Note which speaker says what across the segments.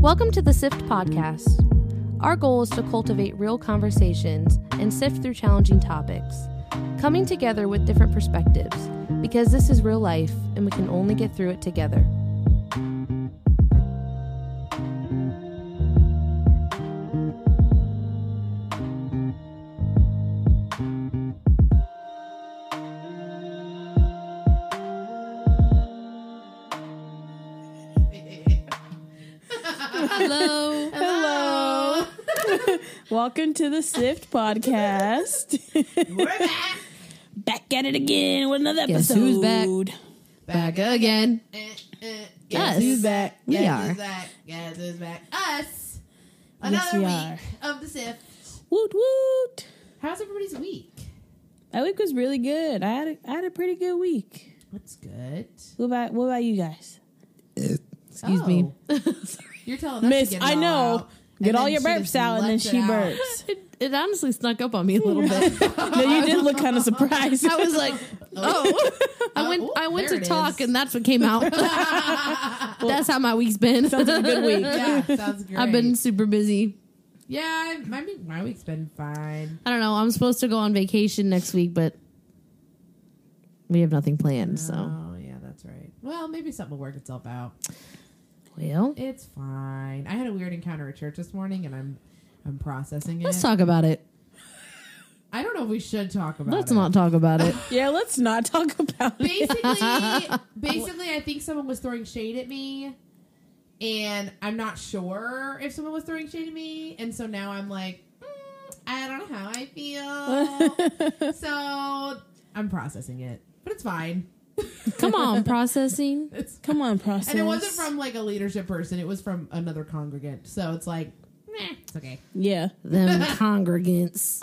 Speaker 1: Welcome to the SIFT podcast. Our goal is to cultivate real conversations and sift through challenging topics, coming together with different perspectives, because this is real life and we can only get through it together. Hello.
Speaker 2: Hello. Welcome to the Sift Podcast.
Speaker 3: We're back.
Speaker 2: back at it again with another
Speaker 4: Guess
Speaker 2: episode.
Speaker 4: who's back?
Speaker 3: Back
Speaker 4: again.
Speaker 3: Guess
Speaker 4: Us.
Speaker 3: who's back?
Speaker 4: We
Speaker 3: Guess
Speaker 4: are.
Speaker 3: Who's back? Guess who's back? Us. Another
Speaker 2: we
Speaker 3: week of the sift.
Speaker 2: Woot woot.
Speaker 3: How's everybody's week?
Speaker 2: My week was really good. I had a, I had a pretty good week.
Speaker 3: What's good? Oh.
Speaker 2: What about what about you guys?
Speaker 4: Excuse me.
Speaker 3: Sorry. You're telling us
Speaker 2: Miss,
Speaker 3: to get it
Speaker 2: I
Speaker 3: all
Speaker 2: know.
Speaker 3: out,
Speaker 2: Get
Speaker 3: and
Speaker 2: all
Speaker 3: then
Speaker 2: your
Speaker 3: she
Speaker 2: burps
Speaker 3: just
Speaker 2: out and then
Speaker 3: lets it
Speaker 2: she
Speaker 3: out.
Speaker 2: burps.
Speaker 4: It, it honestly snuck up on me a little bit.
Speaker 2: no, you did look kind of surprised.
Speaker 4: I was like, oh, I went,
Speaker 3: Oh,
Speaker 4: I went
Speaker 3: there
Speaker 4: to
Speaker 3: it
Speaker 4: talk,
Speaker 3: is.
Speaker 4: and that's what came out. that's how my week's been.
Speaker 2: Sounds like a good week.
Speaker 3: Yeah, sounds great.
Speaker 4: I've been super busy.
Speaker 3: Yeah, I- my week- my week's been fine.
Speaker 4: I don't know. I'm supposed to go on vacation next week, but we have nothing planned. So,
Speaker 3: Oh yeah, that's right. Well, maybe something will work itself out.
Speaker 4: well,
Speaker 3: It's fine. I had a weird encounter at church this morning, and I'm I'm processing it.
Speaker 4: let's talk about it.
Speaker 3: I don't know if we should talk about.
Speaker 4: Let's
Speaker 3: it.
Speaker 4: not talk about it.
Speaker 2: yeah, let's not talk about it.
Speaker 3: basically basically i think someone was throwing shade at me and i'm not sure if someone was throwing shade at me and so now i'm like mm, i don't know how i feel so i'm processing it but it's fine
Speaker 4: Come on, processing.
Speaker 3: it's
Speaker 2: Come on, process.
Speaker 3: and it wasn't from like a leadership person it was from another congregant so it's like meh, it's okay
Speaker 2: Yeah.
Speaker 4: Them congregants.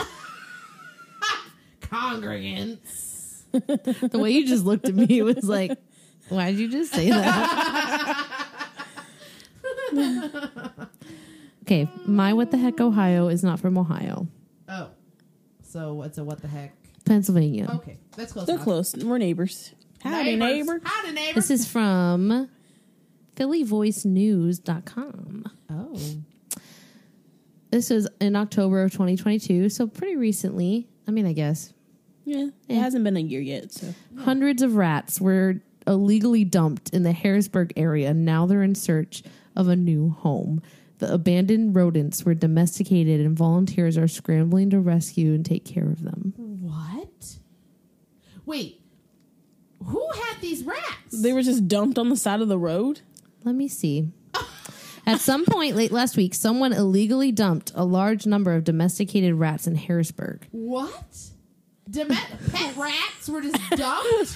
Speaker 3: congregants
Speaker 4: The way you just looked at me was like, why'd you just say that? okay, my what the heck Ohio is not from Ohio,
Speaker 3: oh so what's a what the heck
Speaker 4: Pennsylvania.
Speaker 3: okay that's close
Speaker 2: They're
Speaker 3: enough.
Speaker 2: close. We're neighbors. Howdy,
Speaker 3: Neighbors.
Speaker 2: neighbor.
Speaker 3: howdy neighbor
Speaker 4: This is from phillyvoicenews.com.
Speaker 3: oh
Speaker 4: This was in October of 2022, so pretty recently. I mean, I guess
Speaker 2: Yeah. It hasn't been a year yet, so
Speaker 4: Hundreds of rats were illegally dumped in the Harrisburg area. Now they're in search of a new home. The abandoned rodents were domesticated, and volunteers are scrambling to rescue and take care of them.
Speaker 3: What? Wait, who had these rats?
Speaker 2: they were just dumped on the side of the road.
Speaker 4: Let me see. At some point late last week, someone illegally dumped a large number of domesticated rats in Harrisburg.
Speaker 3: what? Deme- pet rats were just dumped.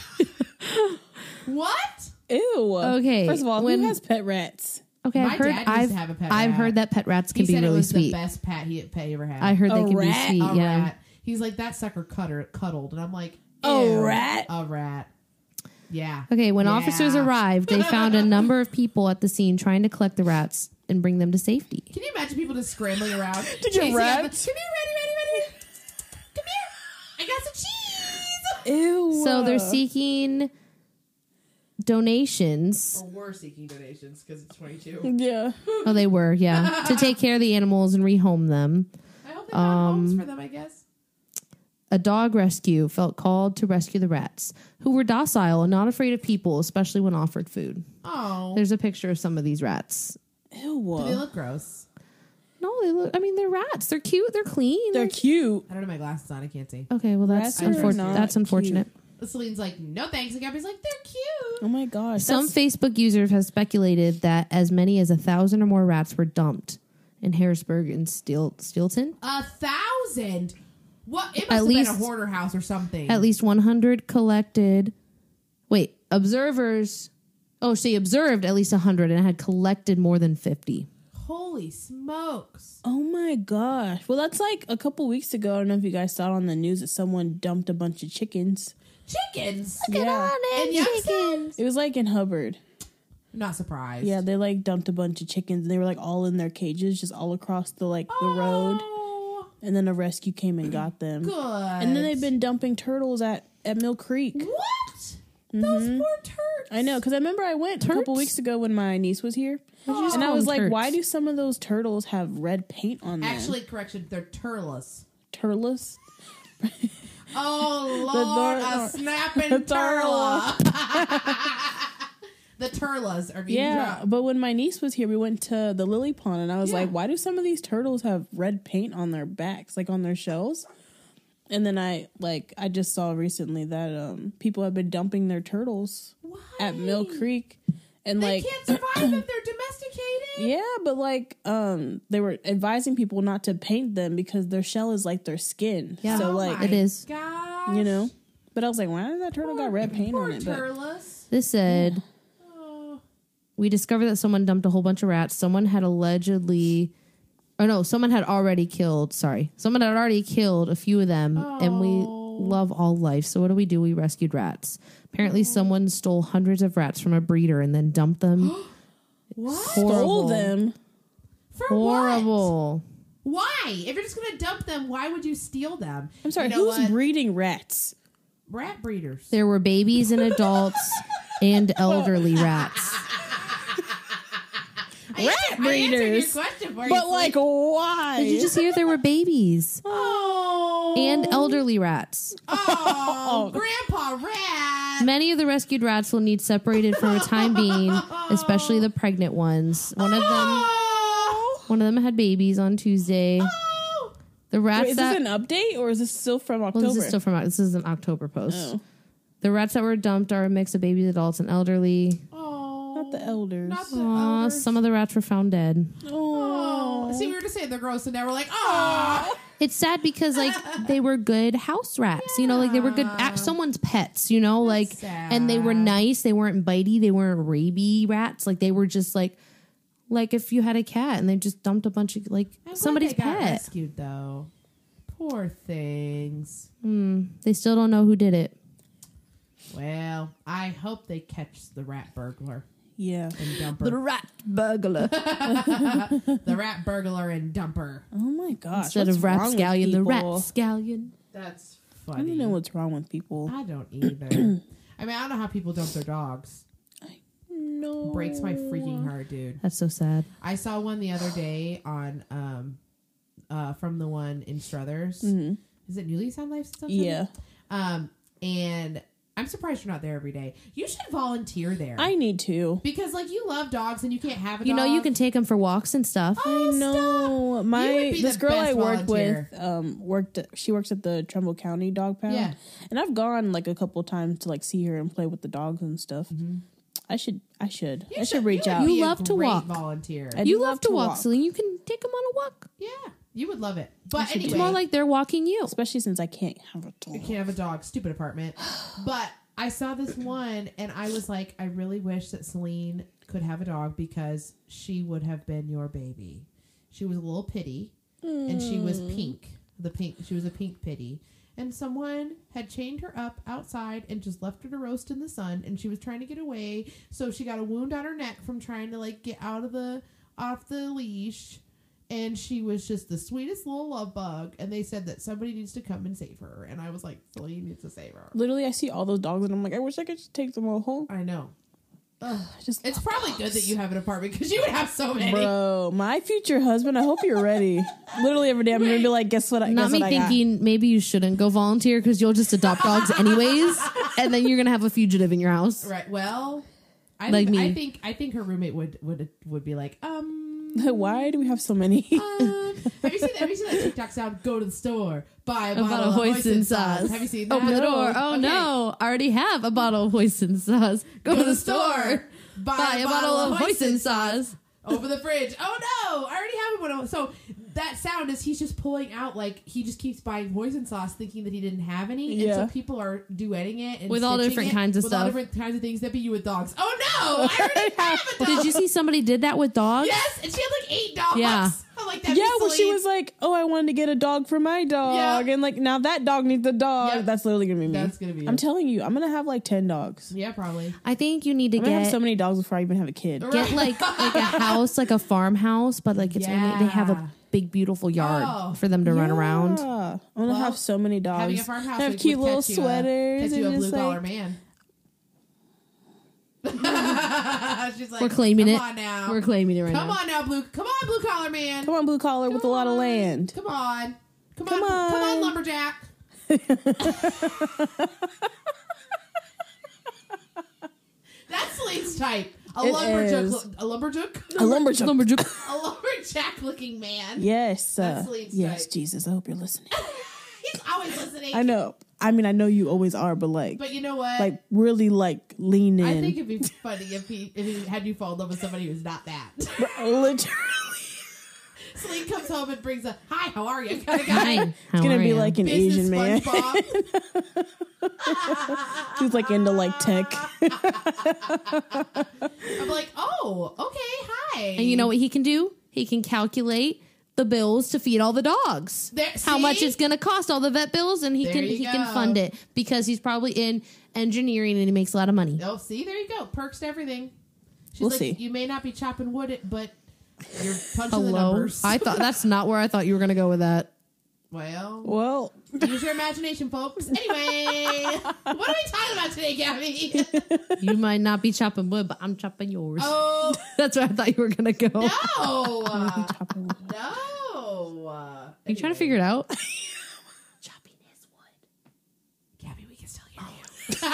Speaker 3: what?
Speaker 2: Ew.
Speaker 4: Okay,
Speaker 2: First of all,
Speaker 4: when-
Speaker 2: who has pet rats?
Speaker 4: Okay,
Speaker 3: My
Speaker 4: I've heard
Speaker 3: dad used to
Speaker 4: I've,
Speaker 3: have a pet
Speaker 4: I've
Speaker 3: rat.
Speaker 4: heard that pet rats can
Speaker 3: he
Speaker 4: be
Speaker 3: said it
Speaker 4: really
Speaker 3: was
Speaker 4: she
Speaker 3: the best pet he, pet he ever had.
Speaker 4: I heard
Speaker 2: A
Speaker 4: they can
Speaker 2: rat?
Speaker 4: be sweet.
Speaker 3: a
Speaker 4: yeah.
Speaker 3: rat. Oh, He's like that sucker cutter cuddled, and I'm like,
Speaker 2: A
Speaker 3: ew,
Speaker 2: rat?
Speaker 3: a rat. Yeah.
Speaker 4: Okay, when
Speaker 3: Yeah.
Speaker 4: officers arrived, they found a number of people at the scene trying to collect the rats and bring them to safety.
Speaker 3: Can you imagine people just scrambling around? to
Speaker 2: get rats?
Speaker 3: Come here, ready, ready, ready. Come here. I got some cheese.
Speaker 2: Ew.
Speaker 4: So they're seeking donations.
Speaker 3: We're seeking donations because it's 22.
Speaker 2: Yeah.
Speaker 4: Oh, they were, yeah, to take care of the animals and rehome them.
Speaker 3: I hope they found homes for them, I guess.
Speaker 4: A dog rescue felt called to rescue the rats, who were docile and not afraid of people, especially when offered food.
Speaker 3: Oh.
Speaker 4: There's a picture of some of these rats.
Speaker 3: They
Speaker 2: Ew.
Speaker 3: look gross.
Speaker 4: No, they look. I mean, they're rats. They're cute. They're clean.
Speaker 2: They're cute.
Speaker 3: I don't have my glasses on. I can't see.
Speaker 4: okay. Well, that's
Speaker 2: Rats are
Speaker 4: unfortunate.
Speaker 2: not
Speaker 4: That's unfortunate.
Speaker 3: Celine's like, no thanks. And Gabby's like, they're cute.
Speaker 2: Oh my gosh.
Speaker 4: Some
Speaker 2: that's-
Speaker 4: Facebook users have speculated that as many as a thousand or more rats were dumped in Harrisburg and Steel- Steelton.
Speaker 3: A thousand. What? It must
Speaker 4: At
Speaker 3: have
Speaker 4: least-
Speaker 3: been a hoarder house or something.
Speaker 4: At least 100 collected. Wait, observers. Oh, she observed at least 100 and had collected more than 50.
Speaker 3: Holy smokes.
Speaker 2: oh my gosh. Well, that's like a couple weeks ago. I don't know if you guys saw it on the news that someone dumped a bunch of chickens.
Speaker 3: Chickens.
Speaker 2: yeah.
Speaker 3: And Youngstown?
Speaker 2: It was like in Hubbard.
Speaker 3: I'm not surprised.
Speaker 2: Yeah, they like dumped a bunch of chickens and they were like all in their cages, just all across the like the road.
Speaker 3: Oh,
Speaker 2: And then a rescue came and got them.
Speaker 3: good.
Speaker 2: And then they've been dumping turtles at at Mill Creek.
Speaker 3: What? Those poor tur-
Speaker 2: Mm-hmm. I know because I remember I went a couple
Speaker 4: Turts?
Speaker 2: weeks ago when my niece was here,
Speaker 4: you just
Speaker 2: and I
Speaker 4: call
Speaker 2: was
Speaker 4: them
Speaker 2: like, "Why
Speaker 4: turts?
Speaker 2: do some of those turtles have red paint on them?"
Speaker 3: Actually, correction, they're turles.
Speaker 2: turtles.
Speaker 3: Oh
Speaker 2: Lord,
Speaker 3: Lord,
Speaker 2: Lord.
Speaker 3: a snapping
Speaker 2: The turla.
Speaker 3: turla. the turlas are being
Speaker 2: Yeah,
Speaker 3: dropped.
Speaker 2: but when my niece was here, we went to the lily pond, and I was
Speaker 3: Yeah.
Speaker 2: like, "Why do some of these turtles have red paint on their backs, like on their shells?" And then I like I just saw recently that um people have been dumping their turtles
Speaker 3: Why?
Speaker 2: at Mill Creek, and
Speaker 3: They
Speaker 2: like
Speaker 3: can't survive if they're domesticated.
Speaker 2: yeah, but like um they were advising people not to paint them because their shell is like their skin.
Speaker 4: Yeah.
Speaker 2: so
Speaker 3: Oh
Speaker 2: like
Speaker 3: my
Speaker 4: It is.
Speaker 3: Gosh.
Speaker 2: you know. But I was like, why did that turtle got red paint
Speaker 3: Poor
Speaker 2: on it? But
Speaker 3: turles.
Speaker 4: This said.
Speaker 3: Oh.
Speaker 4: we discovered that someone dumped a whole bunch of rats. Someone had allegedly, oh no, someone had already killed. Sorry, someone had already killed a few of them, and we
Speaker 3: Oh.
Speaker 4: love all life. So what do we do? We rescued rats.
Speaker 3: Oh.
Speaker 4: Apparently, someone stole hundreds of rats from a breeder and then dumped them.
Speaker 3: What?
Speaker 2: stole
Speaker 4: Horrible.
Speaker 2: them.
Speaker 3: For what?
Speaker 4: Horrible.
Speaker 3: Why? If you're just gonna dump them, why would you steal them?
Speaker 2: I'm sorry,
Speaker 3: You know
Speaker 2: who's
Speaker 3: what?
Speaker 2: breeding rats?
Speaker 3: rat breeders?
Speaker 4: There were babies and adults and elderly rats.
Speaker 3: I answered- I answered
Speaker 2: breeders.
Speaker 3: your question for you,
Speaker 2: But like,
Speaker 3: Sleep.
Speaker 2: why?
Speaker 4: Did you just hear there were babies
Speaker 3: oh,
Speaker 4: and elderly rats?
Speaker 3: oh, grandpa rat.
Speaker 4: Many of the rescued rats will need separated for a time being, especially the pregnant ones. One of them
Speaker 3: Oh,
Speaker 4: One of them had babies on Tuesday.
Speaker 3: oh.
Speaker 4: The rats
Speaker 2: Wait, is
Speaker 4: that
Speaker 2: this an update or is this still from
Speaker 4: well,
Speaker 2: October?
Speaker 4: this is still from this is an October post.
Speaker 2: Oh.
Speaker 4: The rats that were dumped are a mix of babies, adults, and elderly.
Speaker 3: Oh.
Speaker 2: Not the elders.
Speaker 3: Not the
Speaker 4: Aw,
Speaker 3: elders.
Speaker 4: some of the rats were found dead.
Speaker 3: Oh. See, we were just saying they're gross, and now we're like, oh,
Speaker 4: It's sad because like they were good house rats, you know, like they were good at someone's pets, you know, like and they were
Speaker 3: sad.
Speaker 4: nice. They weren't bitey. They weren't rabby rats. Like they were just like like if you had a cat and they just dumped a bunch of like somebody's
Speaker 3: got
Speaker 4: pet.
Speaker 3: rescued though. Poor things.
Speaker 4: They still don't know who did it.
Speaker 3: Well, I hope they catch the rat burglar
Speaker 2: yeah.
Speaker 3: and dumper.
Speaker 4: rat burglar.
Speaker 3: the rat burglar and dumper.
Speaker 2: Oh my gosh.
Speaker 4: Instead
Speaker 2: what's
Speaker 4: of
Speaker 2: wrong with
Speaker 4: rapscallion, the
Speaker 2: people?
Speaker 4: rapscallion.
Speaker 3: That's
Speaker 2: I
Speaker 3: funny.
Speaker 2: don't know what's wrong with people.
Speaker 3: I don't either. I mean, I don't know how people dump their dogs.
Speaker 2: No.
Speaker 3: Breaks my freaking heart, dude.
Speaker 4: That's so sad.
Speaker 3: I saw one the other day on um uh from the one in Struthers. Is it New Lease on Life? Something?
Speaker 2: Mm-hmm. Yeah.
Speaker 3: Um, and I'm surprised you're not there every day. You should volunteer there
Speaker 2: I need to.
Speaker 3: because like you love dogs and you can't have a
Speaker 4: You know, you
Speaker 3: dog.
Speaker 4: can take them for walks and stuff.
Speaker 2: I know. My
Speaker 3: You would be
Speaker 2: this
Speaker 3: the
Speaker 2: girl
Speaker 3: best
Speaker 2: I work
Speaker 3: volunteer.
Speaker 2: with um worked she works at the Trumbull County Dog Pound.
Speaker 3: Yeah.
Speaker 2: And I've gone like a couple times to like see her and play with the dogs and stuff. I should I should. I should, reach
Speaker 3: Mm-hmm.
Speaker 2: out.
Speaker 3: you would be
Speaker 4: You
Speaker 3: a
Speaker 4: love to
Speaker 3: great
Speaker 4: walk.
Speaker 3: Volunteer.
Speaker 2: I
Speaker 4: you
Speaker 2: do
Speaker 4: love, to walk, Celine. You can take them on a walk.
Speaker 3: yeah, you would love it. But anyway,
Speaker 4: It's more like they're walking you.
Speaker 2: Especially since I can't have a dog.
Speaker 3: you can't have a dog. Stupid apartment. But I saw this one and I was like, I really wish that Celine could have a dog because she would have been your baby. She was a little pity, and she
Speaker 2: Hmm.
Speaker 3: was pink. The pink. She was a pink pity. And someone had chained her up outside and just left her to roast in the sun. And she was trying to get away, so she got a wound on her neck from trying to like get out of the off the leash. And she was just the sweetest little love bug. And they said that somebody needs to come and save her. And I was like, Celine needs to save her.
Speaker 2: Literally, I see all those dogs and I'm like, I wish I could just take them all home.
Speaker 3: I know.
Speaker 2: I just,
Speaker 3: It's probably good that you have an apartment because you would have so many.
Speaker 2: bro, my future husband. I hope you're ready. Literally every day, I'm gonna be like, guess what? I,
Speaker 4: Not
Speaker 2: guess
Speaker 4: me
Speaker 2: what
Speaker 4: thinking maybe you shouldn't go volunteer because you'll just adopt dogs anyways, and then you're gonna have a fugitive in your house.
Speaker 3: Right. Well, I
Speaker 4: Like
Speaker 3: think,
Speaker 4: me.
Speaker 3: I think I think her roommate would would would be like, um,
Speaker 2: I got. Why do we have so many?
Speaker 3: um, have you seen have you seen that TikTok sound? Go to the store, buy a
Speaker 4: A
Speaker 3: bottle of hoisin sauce. Have you seen that?
Speaker 4: Open the door. Oh
Speaker 3: Okay.
Speaker 4: no! I already have a bottle of hoisin sauce. Go,
Speaker 3: Go to the store, buy,
Speaker 4: Buy a bottle of hoisin sauce.
Speaker 3: over the fridge. Oh no, I already have one. of- So that sound is he's just pulling out like he just keeps buying hoisin sauce, thinking that he didn't have any, and
Speaker 2: Yeah.
Speaker 3: so people are duetting it and
Speaker 4: With all
Speaker 3: stitching it
Speaker 4: different kinds of
Speaker 3: with all
Speaker 4: stuff.
Speaker 3: different kinds of things that be you with dogs. Oh no, I already have a dog.
Speaker 4: Did you see somebody did that with dogs?
Speaker 3: Yes, and she had like eight dogs.
Speaker 4: Yeah.
Speaker 3: I'm like
Speaker 2: yeah,
Speaker 3: that.
Speaker 2: well, she was like, oh, I wanted to get a dog for my dog,
Speaker 3: Yeah.
Speaker 2: and like now that dog needs a dog.
Speaker 3: Yep.
Speaker 2: That's literally gonna be me.
Speaker 3: That's gonna be
Speaker 2: I'm
Speaker 3: it.
Speaker 2: telling you, I'm gonna have like ten dogs.
Speaker 3: Yeah, probably.
Speaker 4: I think you need to
Speaker 2: I'm gonna
Speaker 4: get
Speaker 2: have so many dogs before I even have a kid.
Speaker 3: Right.
Speaker 4: get like like a house, like a farmhouse, but like it's only they have
Speaker 3: Yeah.
Speaker 4: a big beautiful yard
Speaker 3: Oh,
Speaker 4: for them to run around.
Speaker 2: Yeah. I'm gonna
Speaker 3: Well,
Speaker 2: have so many dogs.
Speaker 3: Having a farmhouse,
Speaker 2: I have
Speaker 3: would-
Speaker 2: cute
Speaker 3: would
Speaker 2: little
Speaker 3: catch you a-
Speaker 2: sweaters.
Speaker 3: catch you a
Speaker 2: and
Speaker 3: blue
Speaker 2: just,
Speaker 3: collar
Speaker 2: like,
Speaker 3: man. She's like,
Speaker 4: We're claiming
Speaker 3: come
Speaker 4: it.
Speaker 3: on now.
Speaker 4: We're claiming it right
Speaker 3: come
Speaker 4: now.
Speaker 3: on now, blue. Come on, blue collar man.
Speaker 2: Come on, blue collar with a lot of land.
Speaker 3: Come on. Come on.
Speaker 2: Come on.
Speaker 3: Come on, lumberjack. That's Lane's type. A
Speaker 2: It
Speaker 3: lumberjack.
Speaker 2: is.
Speaker 3: look- A lumberjack.
Speaker 2: A lumberjack.
Speaker 4: Lumberjack.
Speaker 3: A lumberjack looking man.
Speaker 2: Yes. Uh,
Speaker 3: That's Lee's
Speaker 2: yes,
Speaker 3: type.
Speaker 2: Jesus. I hope you're listening.
Speaker 3: He's always listening.
Speaker 2: I know. I mean, I know you always are, but like,
Speaker 3: But you know what?
Speaker 2: like really like lean in.
Speaker 3: I think it'd be funny if he if he had you fall in love with somebody who's not that.
Speaker 2: Literally.
Speaker 3: Celine comes home and brings a hi, how are you? Kind of guy.
Speaker 4: Hi, how
Speaker 2: It's gonna
Speaker 4: are
Speaker 2: be
Speaker 4: ya?
Speaker 2: like an
Speaker 3: Business
Speaker 2: Asian man.
Speaker 3: SpongeBob.
Speaker 2: She's like into like tech.
Speaker 3: I'm like, oh, okay, hi.
Speaker 4: And you know what he can do? He can calculate the bills to feed all the dogs.
Speaker 3: There-
Speaker 4: How much
Speaker 3: see?
Speaker 4: it's going to cost all the vet bills, and he
Speaker 3: There
Speaker 4: can
Speaker 3: you
Speaker 4: he
Speaker 3: go.
Speaker 4: can fund it because he's probably in engineering and he makes a lot of money.
Speaker 3: Oh, see, there you go. Perks to everything. She's
Speaker 2: We'll
Speaker 3: like,
Speaker 2: see.
Speaker 3: you may not be chopping wood, it, but you're punching the
Speaker 4: Hello,
Speaker 3: numbers.
Speaker 4: I thought that's not where I thought you were going to go with that.
Speaker 3: well,
Speaker 2: well,
Speaker 3: use your imagination, folks. Anyway, what are we talking about today, Gabby?
Speaker 4: You might not be chopping wood, but I'm chopping yours.
Speaker 3: oh
Speaker 4: That's where I thought you were going to go.
Speaker 3: no, Uh, no. Uh,
Speaker 4: Are you trying to figure it out? Chopping his wood.
Speaker 3: Gabby, we can still
Speaker 4: Oh,
Speaker 3: hear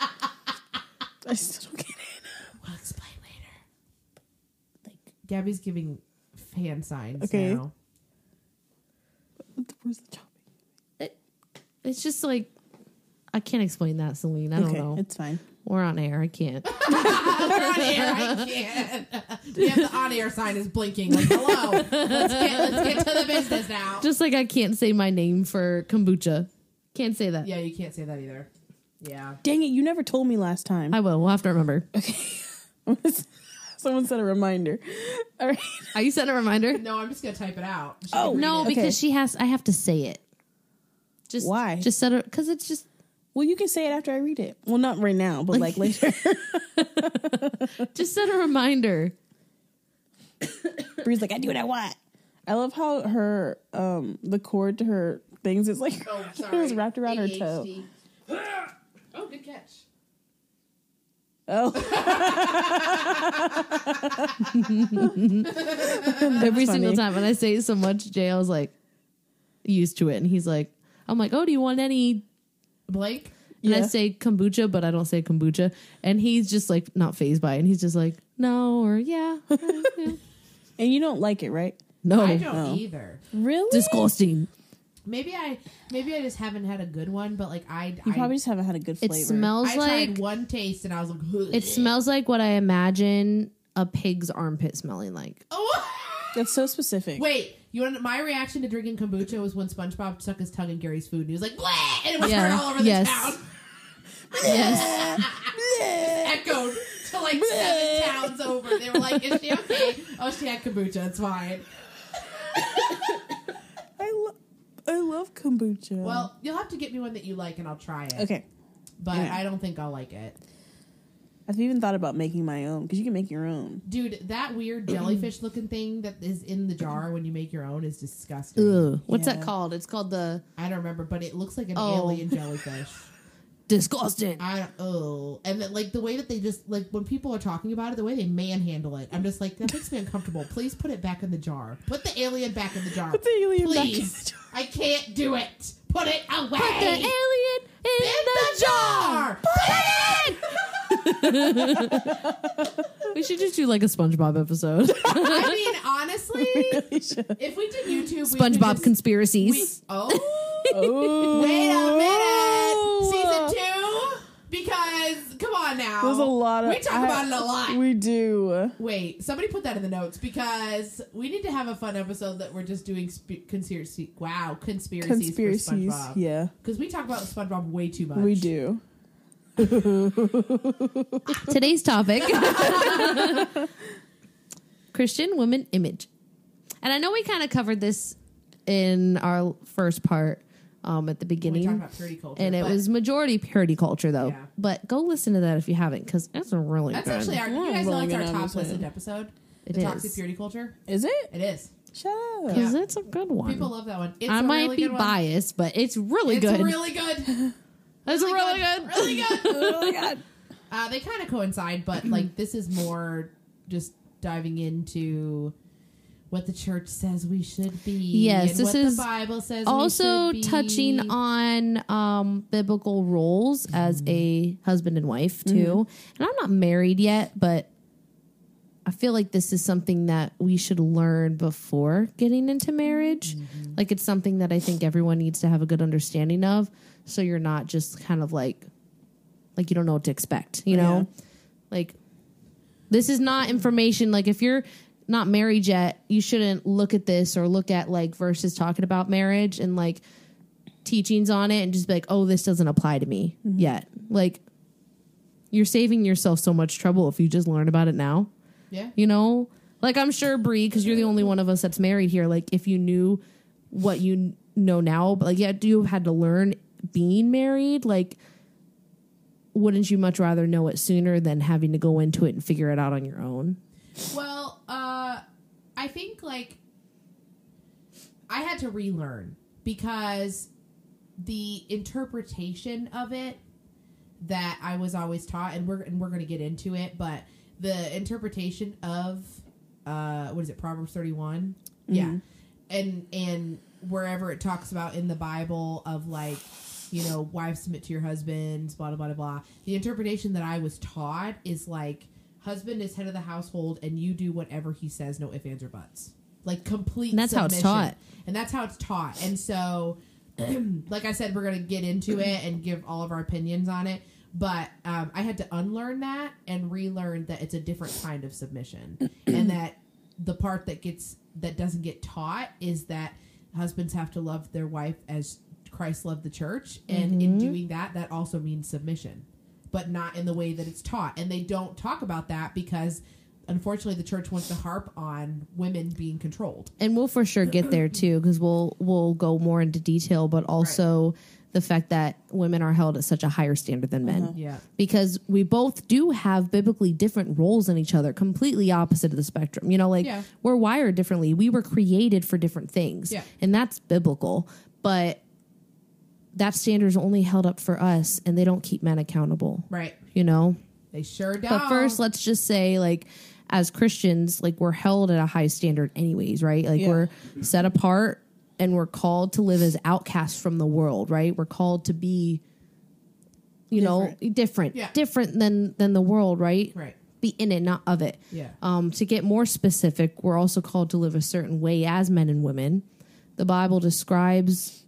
Speaker 2: I still don't get it.
Speaker 3: We'll explain later. Gabby's giving fan signs
Speaker 2: Okay.
Speaker 3: now.
Speaker 2: Where's the chopping?
Speaker 4: It's just like I can't explain that, Celine. I don't
Speaker 2: okay,
Speaker 4: know.
Speaker 2: it's fine.
Speaker 4: We're on air. I can't.
Speaker 3: They're on air. I can't. Yeah, the on air sign is blinking. Like, hello. Let's get, let's get to the business now.
Speaker 4: Just like I can't say my name for kombucha. Can't say that.
Speaker 3: yeah, you can't say that either. Yeah.
Speaker 2: Dang it! You never told me last time.
Speaker 4: I will. We'll have to remember.
Speaker 2: Someone set a reminder. All right.
Speaker 4: Are you setting a reminder?
Speaker 3: No, I'm just gonna type it out. She
Speaker 2: Oh,
Speaker 3: can read
Speaker 4: No,
Speaker 3: it.
Speaker 2: Okay.
Speaker 4: because she has. I have to say it. Just
Speaker 2: Why?
Speaker 4: Just set it because it's just
Speaker 2: Well, you can say it after I read it. Well, not right now, but like later.
Speaker 4: just set a reminder.
Speaker 2: Bree's like, I do what I want. I love how her um the cord to her things is like
Speaker 3: Oh,
Speaker 2: it was wrapped around her toe.
Speaker 3: ADHD. oh, good catch.
Speaker 2: Oh,
Speaker 4: Every single
Speaker 2: funny.
Speaker 4: time when I say it so much, Jay, I was like used to it, and he's like, I'm like, oh, do you want any?
Speaker 3: Blake.
Speaker 4: And I
Speaker 2: Yeah.
Speaker 4: say kombucha, but I don't say kombucha, and he's just like not phased by, it. and he's just like, no or yeah,
Speaker 2: and you don't like it, right?
Speaker 4: no,
Speaker 3: I don't
Speaker 2: Oh.
Speaker 3: either.
Speaker 2: Really?
Speaker 4: disgusting.
Speaker 3: Maybe I maybe I just haven't had a good one, but like I
Speaker 2: you
Speaker 3: I,
Speaker 2: probably just haven't had a good
Speaker 4: It
Speaker 2: flavor.
Speaker 4: smells
Speaker 3: I
Speaker 4: like
Speaker 3: tried one taste and I was like, Ugh.
Speaker 4: It smells like what I imagine a pig's armpit smelling like.
Speaker 3: Oh,
Speaker 2: That's so specific.
Speaker 3: wait. You want my reaction to drinking kombucha was when SpongeBob stuck his tongue in Gary's food and he was like, Bleh! and it was
Speaker 4: Yeah,
Speaker 3: heard all over the
Speaker 4: yes.
Speaker 3: town,
Speaker 4: Yes.
Speaker 3: echoed to like seven towns over. They were like, "Is she okay? Oh, she had kombucha. It's fine."
Speaker 2: I love I love kombucha.
Speaker 3: Well, you'll have to get me one that you like and I'll try it.
Speaker 2: okay.
Speaker 3: but
Speaker 2: Yeah.
Speaker 3: I don't think I'll like it.
Speaker 2: I've even thought about making my own because you can make your own.
Speaker 3: Dude, that weird jellyfish looking thing that is in the jar when you make your own is disgusting.
Speaker 4: Ugh. What's that
Speaker 2: Yeah.
Speaker 4: called? It's called the
Speaker 3: I don't remember, but it looks like an
Speaker 4: Oh.
Speaker 3: alien jellyfish.
Speaker 4: disgusting.
Speaker 3: I don't, oh, and then, like the way that they just like when people are talking about it, the way they manhandle it, I'm just like that makes me uncomfortable. Please put it back in the jar. Put the alien back in the jar.
Speaker 2: Put the alien back in
Speaker 3: Please.
Speaker 2: the jar.
Speaker 3: I can't do it. Put it away.
Speaker 4: Put the alien in, the, jar.
Speaker 3: Put it in.
Speaker 4: We should just do like a SpongeBob episode.
Speaker 3: I mean, honestly, if we did YouTube, we could
Speaker 4: SpongeBob
Speaker 3: just- we,
Speaker 4: conspiracies.
Speaker 3: oh.
Speaker 2: Oh,
Speaker 3: Wait a minute! Season two? Because, come on now.
Speaker 2: There's a lot of
Speaker 3: We talk
Speaker 2: I-
Speaker 3: about it a lot.
Speaker 2: We do.
Speaker 3: Wait, somebody put that in the notes because we need to have a fun episode that we're just doing sp- conspiracy. Wow, conspiracies.
Speaker 2: Conspiracies.
Speaker 3: For SpongeBob.
Speaker 2: Yeah,
Speaker 3: Because we talk about SpongeBob way too much.
Speaker 2: we do.
Speaker 4: Today's topic Christian woman image. And I know we kind of covered this in our first part um, at the
Speaker 3: We
Speaker 4: beginning.
Speaker 3: talk about purity culture.
Speaker 4: and it
Speaker 3: but
Speaker 4: was majority purity culture though.
Speaker 3: Yeah.
Speaker 4: But go listen to that if you haven't, because that's a really
Speaker 3: That's
Speaker 4: good.
Speaker 3: actually our. You
Speaker 2: Yeah,
Speaker 3: guys know
Speaker 2: really
Speaker 3: it's our
Speaker 2: good
Speaker 3: top
Speaker 2: episode.
Speaker 3: listed episode.
Speaker 4: It
Speaker 3: the
Speaker 4: is.
Speaker 3: toxic purity culture.
Speaker 2: Is it?
Speaker 3: It is.
Speaker 2: Shut up.
Speaker 4: Because that's a good one.
Speaker 3: People love that one. It's
Speaker 4: I
Speaker 3: a
Speaker 4: might
Speaker 3: really
Speaker 4: be
Speaker 3: good one.
Speaker 4: biased, but it's really
Speaker 3: It's
Speaker 4: good.
Speaker 3: really good.
Speaker 4: that's really,
Speaker 3: Really good.
Speaker 4: good.
Speaker 3: Really good.
Speaker 2: oh my god.
Speaker 3: Uh, they kind of coincide, but like this is more just diving into what the church says we should be.
Speaker 4: Yes,
Speaker 3: and
Speaker 4: this
Speaker 3: what
Speaker 4: is
Speaker 3: the Bible says. we
Speaker 4: also
Speaker 3: should be.
Speaker 4: touching on um, biblical roles as a husband and wife too
Speaker 3: Mm-hmm.
Speaker 4: and i'm not married yet but i feel like this is something that we should learn before getting into marriage
Speaker 3: Mm-hmm.
Speaker 4: like it's something that i think everyone needs to have a good understanding of so you're not just kind of like like you don't know what to expect you know like this is not information like if you're not married yet you shouldn't look at this or look at like verses talking about marriage and like teachings on it and just be like oh this doesn't apply to me yet like you're saving yourself so much trouble if you just learn about it now
Speaker 3: Yeah.
Speaker 4: you know like i'm sure brie because you're the only one of us that's married here like if you knew what you kn- know now but like yeah you had to learn being married like wouldn't you much rather know it sooner than having to go into it and figure it out on your own
Speaker 3: Well, uh, I think like I had to relearn because the interpretation of it that I was always taught, and we're and we're going to get into it, but the interpretation of uh, what is it, Proverbs thirty
Speaker 4: Mm-hmm.
Speaker 3: yeah, and and wherever it talks about in the Bible of like you know wives submit to your husbands, blah blah blah blah. The interpretation that I was taught is like husband is head of the household, and you do whatever he says, no ifs ands or buts, like complete.
Speaker 4: And that's how it's
Speaker 3: submission.
Speaker 4: taught.
Speaker 3: and that's how it's taught, and so like I said, we're gonna get into it and give all of our opinions on it. But um, I had to unlearn that and relearn that it's a different kind of submission, and that the part that gets that doesn't get taught is that husbands have to love their wife as Christ loved the church, and
Speaker 4: Mm-hmm.
Speaker 3: in doing that, that also means submission, but not in the way that it's taught. And they don't talk about that because, unfortunately, the church wants to harp on women being controlled.
Speaker 4: and we'll for sure get there too because we'll we'll go more into detail but also the fact that women are held at such a higher standard than men
Speaker 3: Yeah.
Speaker 4: because we both do have biblically different roles in each other completely opposite of the spectrum you know like
Speaker 3: Yeah.
Speaker 4: we're wired differently we were created for different things
Speaker 3: Yeah.
Speaker 4: and that's biblical but that standard is only held up for us and they don't keep men accountable
Speaker 3: Right.
Speaker 4: you know
Speaker 3: They sure don't.
Speaker 4: but first, let's just say, like, as Christians, like, we're held at a high standard, anyways, right? Like,
Speaker 2: Yeah.
Speaker 4: we're set apart and we're called to live as outcasts from the world, right? We're called to be, you know, different,
Speaker 3: Yeah.
Speaker 4: different than than the world, right?
Speaker 3: Right.
Speaker 4: Be in it, not of it.
Speaker 3: Yeah.
Speaker 4: Um, to get more specific, we're also called to live a certain way as men and women. The Bible describes.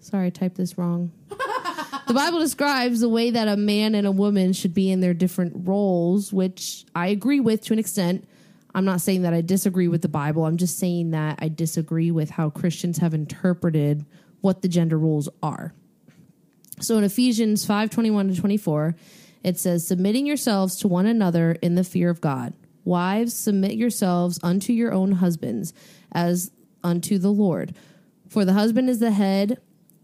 Speaker 4: Sorry, I typed this wrong. the Bible describes the way that a man and a woman should be in their different roles, which I agree with to an extent. I'm not saying that I disagree with the Bible. I'm just saying that I disagree with how Christians have interpreted what the gender roles are. So in Ephesians 5 21 to 24, it says, Submitting yourselves to one another in the fear of God. Wives, submit yourselves unto your own husbands as unto the Lord. For the husband is the head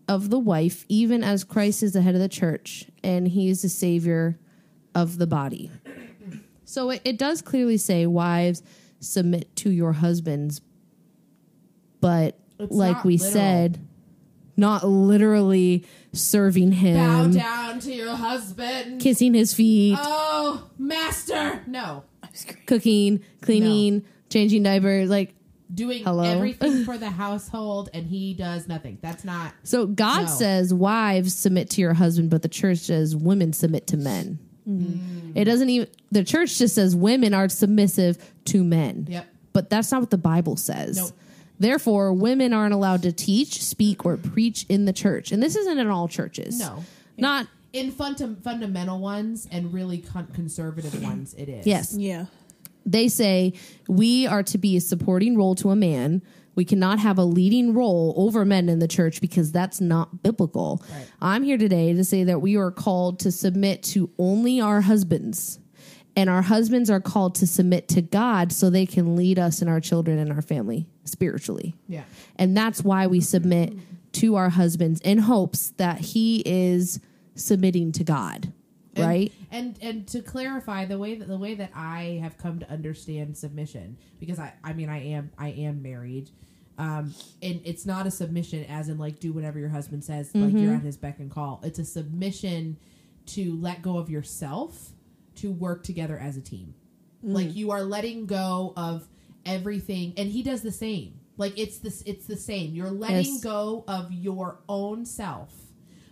Speaker 4: of the wife, even as Christ is the head of the church, and he is the Savior of the body. So it, it does clearly say, Wives, submit to your husbands. But
Speaker 3: It's
Speaker 4: like
Speaker 3: not
Speaker 4: we
Speaker 3: literal.
Speaker 4: said, not literally serving
Speaker 3: Bow
Speaker 4: him,
Speaker 3: down to your husband.
Speaker 4: kissing his feet,
Speaker 3: Oh, master! No,
Speaker 4: cooking, cleaning, changing diapers. Like,
Speaker 3: doing
Speaker 4: Hello?
Speaker 3: everything for the household, and he does nothing. That's not
Speaker 4: so God
Speaker 3: No.
Speaker 4: says, wives submit to your husband, but the church says, women submit to men.
Speaker 3: Mm.
Speaker 4: It doesn't even, the church just says, women are submissive to men.
Speaker 3: Yep.
Speaker 4: But that's not what the Bible says.
Speaker 3: Nope.
Speaker 4: Therefore, women aren't allowed to teach, speak, or preach in the church. And this isn't in all churches.
Speaker 3: No.
Speaker 4: Not,
Speaker 3: in funda- fundamental ones and really con- conservative ones. It is
Speaker 4: yes.
Speaker 2: Yeah.
Speaker 4: they say we are to be a supporting role to a man. We cannot have a leading role over men in the church because that's not biblical.
Speaker 3: Right.
Speaker 4: I'm here today to say that we are called to submit to only our husbands. And our husbands are called to submit to God so they can lead us and our children and our family spiritually.
Speaker 3: Yeah.
Speaker 4: And that's why we submit to our husbands in hopes that he is submitting to God.
Speaker 3: And-
Speaker 4: right?
Speaker 3: And and to clarify the way that the way that I have come to understand submission because I I mean I am I am married. Um, and it's not
Speaker 4: Mm-hmm.
Speaker 3: a submission as in like do whatever your husband says, like you're at his beck and call. It's a submission to let go of yourself to work together as a team.
Speaker 4: Mm.
Speaker 3: Like you are letting go of everything and he does the same. Like it's this it's the same. You're letting
Speaker 4: Yes.
Speaker 3: go of your own self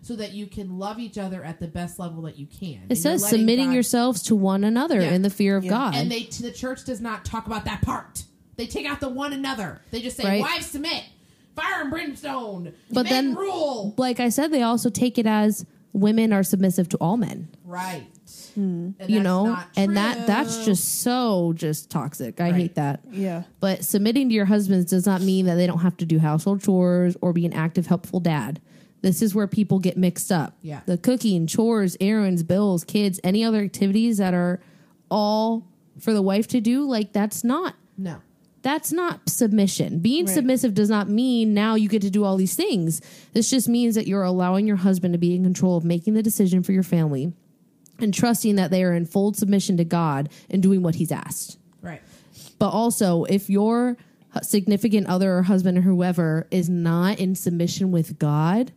Speaker 3: so that you can love each other at the best level that you can.
Speaker 4: It
Speaker 3: And you're
Speaker 4: says
Speaker 3: letting
Speaker 4: submitting
Speaker 3: God-
Speaker 4: yourselves to one another
Speaker 3: Yeah.
Speaker 4: in the fear of
Speaker 2: Yeah.
Speaker 4: God.
Speaker 3: and they the church does not talk about that part. They take out the one another. They just say
Speaker 4: Right.
Speaker 3: wives submit, fire and brimstone,
Speaker 4: But
Speaker 3: men
Speaker 4: then-
Speaker 3: rule.
Speaker 4: like I said, they also take it as women are submissive to all men.
Speaker 3: Right. And
Speaker 4: Hmm. you
Speaker 3: that's
Speaker 4: know,
Speaker 3: not
Speaker 4: and that that's
Speaker 3: true.
Speaker 4: just so just toxic. I hate that.
Speaker 2: Yeah.
Speaker 4: But submitting to your husbands does not mean that they don't have to do household chores or be an active, helpful dad. This is where people get mixed up.
Speaker 3: Yeah.
Speaker 4: The cooking, chores, errands, bills, kids, any other activities that are all for the wife to do, like that's not
Speaker 3: no.
Speaker 4: that's not submission. Being
Speaker 2: Right.
Speaker 4: submissive does not mean now you get to do all these things. This just means that you're allowing your husband to be in control of making the decision for your family and trusting that they are in full submission to God and doing what he's asked.
Speaker 3: Right.
Speaker 4: But also, if your hu- significant other or husband or whoever is not in submission with God,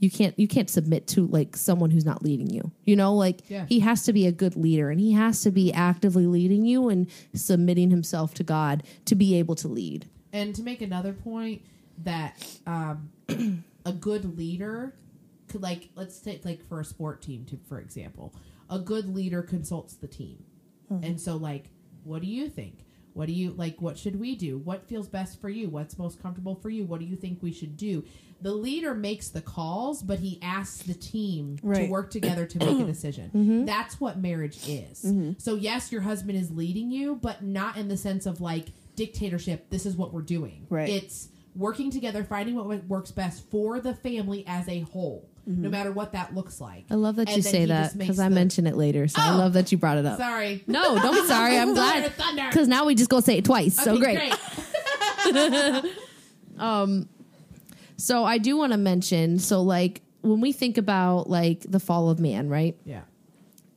Speaker 4: you can't you can't submit to like someone who's not leading you. You know, like
Speaker 3: Yeah.
Speaker 4: he has to be a good leader and he has to be actively leading you and submitting himself to God to be able to lead.
Speaker 3: And to make another point that um, a good leader could like let's take like for a sport team to for example, a good leader consults the team. And so like what do you think? What do you like what should we do? What feels best for you? What's most comfortable for you? What do you think we should do? The leader makes the calls, but he asks the team
Speaker 2: Right.
Speaker 3: to work together to make a decision. That's what marriage is. So yes, your husband is leading you, but not in the sense of like dictatorship. This is what we're doing.
Speaker 2: Right.
Speaker 3: It's working together, finding what wo- works best for the family as a whole, no matter what that looks like.
Speaker 4: I love that
Speaker 3: And
Speaker 4: you
Speaker 3: then
Speaker 4: say
Speaker 3: he
Speaker 4: that
Speaker 3: just makes
Speaker 4: because I
Speaker 3: the-
Speaker 4: mention it later. So I
Speaker 3: Oh.
Speaker 4: love that you brought it up.
Speaker 3: Sorry.
Speaker 4: No, don't be sorry. I'm glad
Speaker 3: Thunder.
Speaker 4: because now we just go say it twice. so
Speaker 3: Okay,
Speaker 4: great. So I do want to mention. So like when we think about like the fall of man, right?
Speaker 3: Yeah.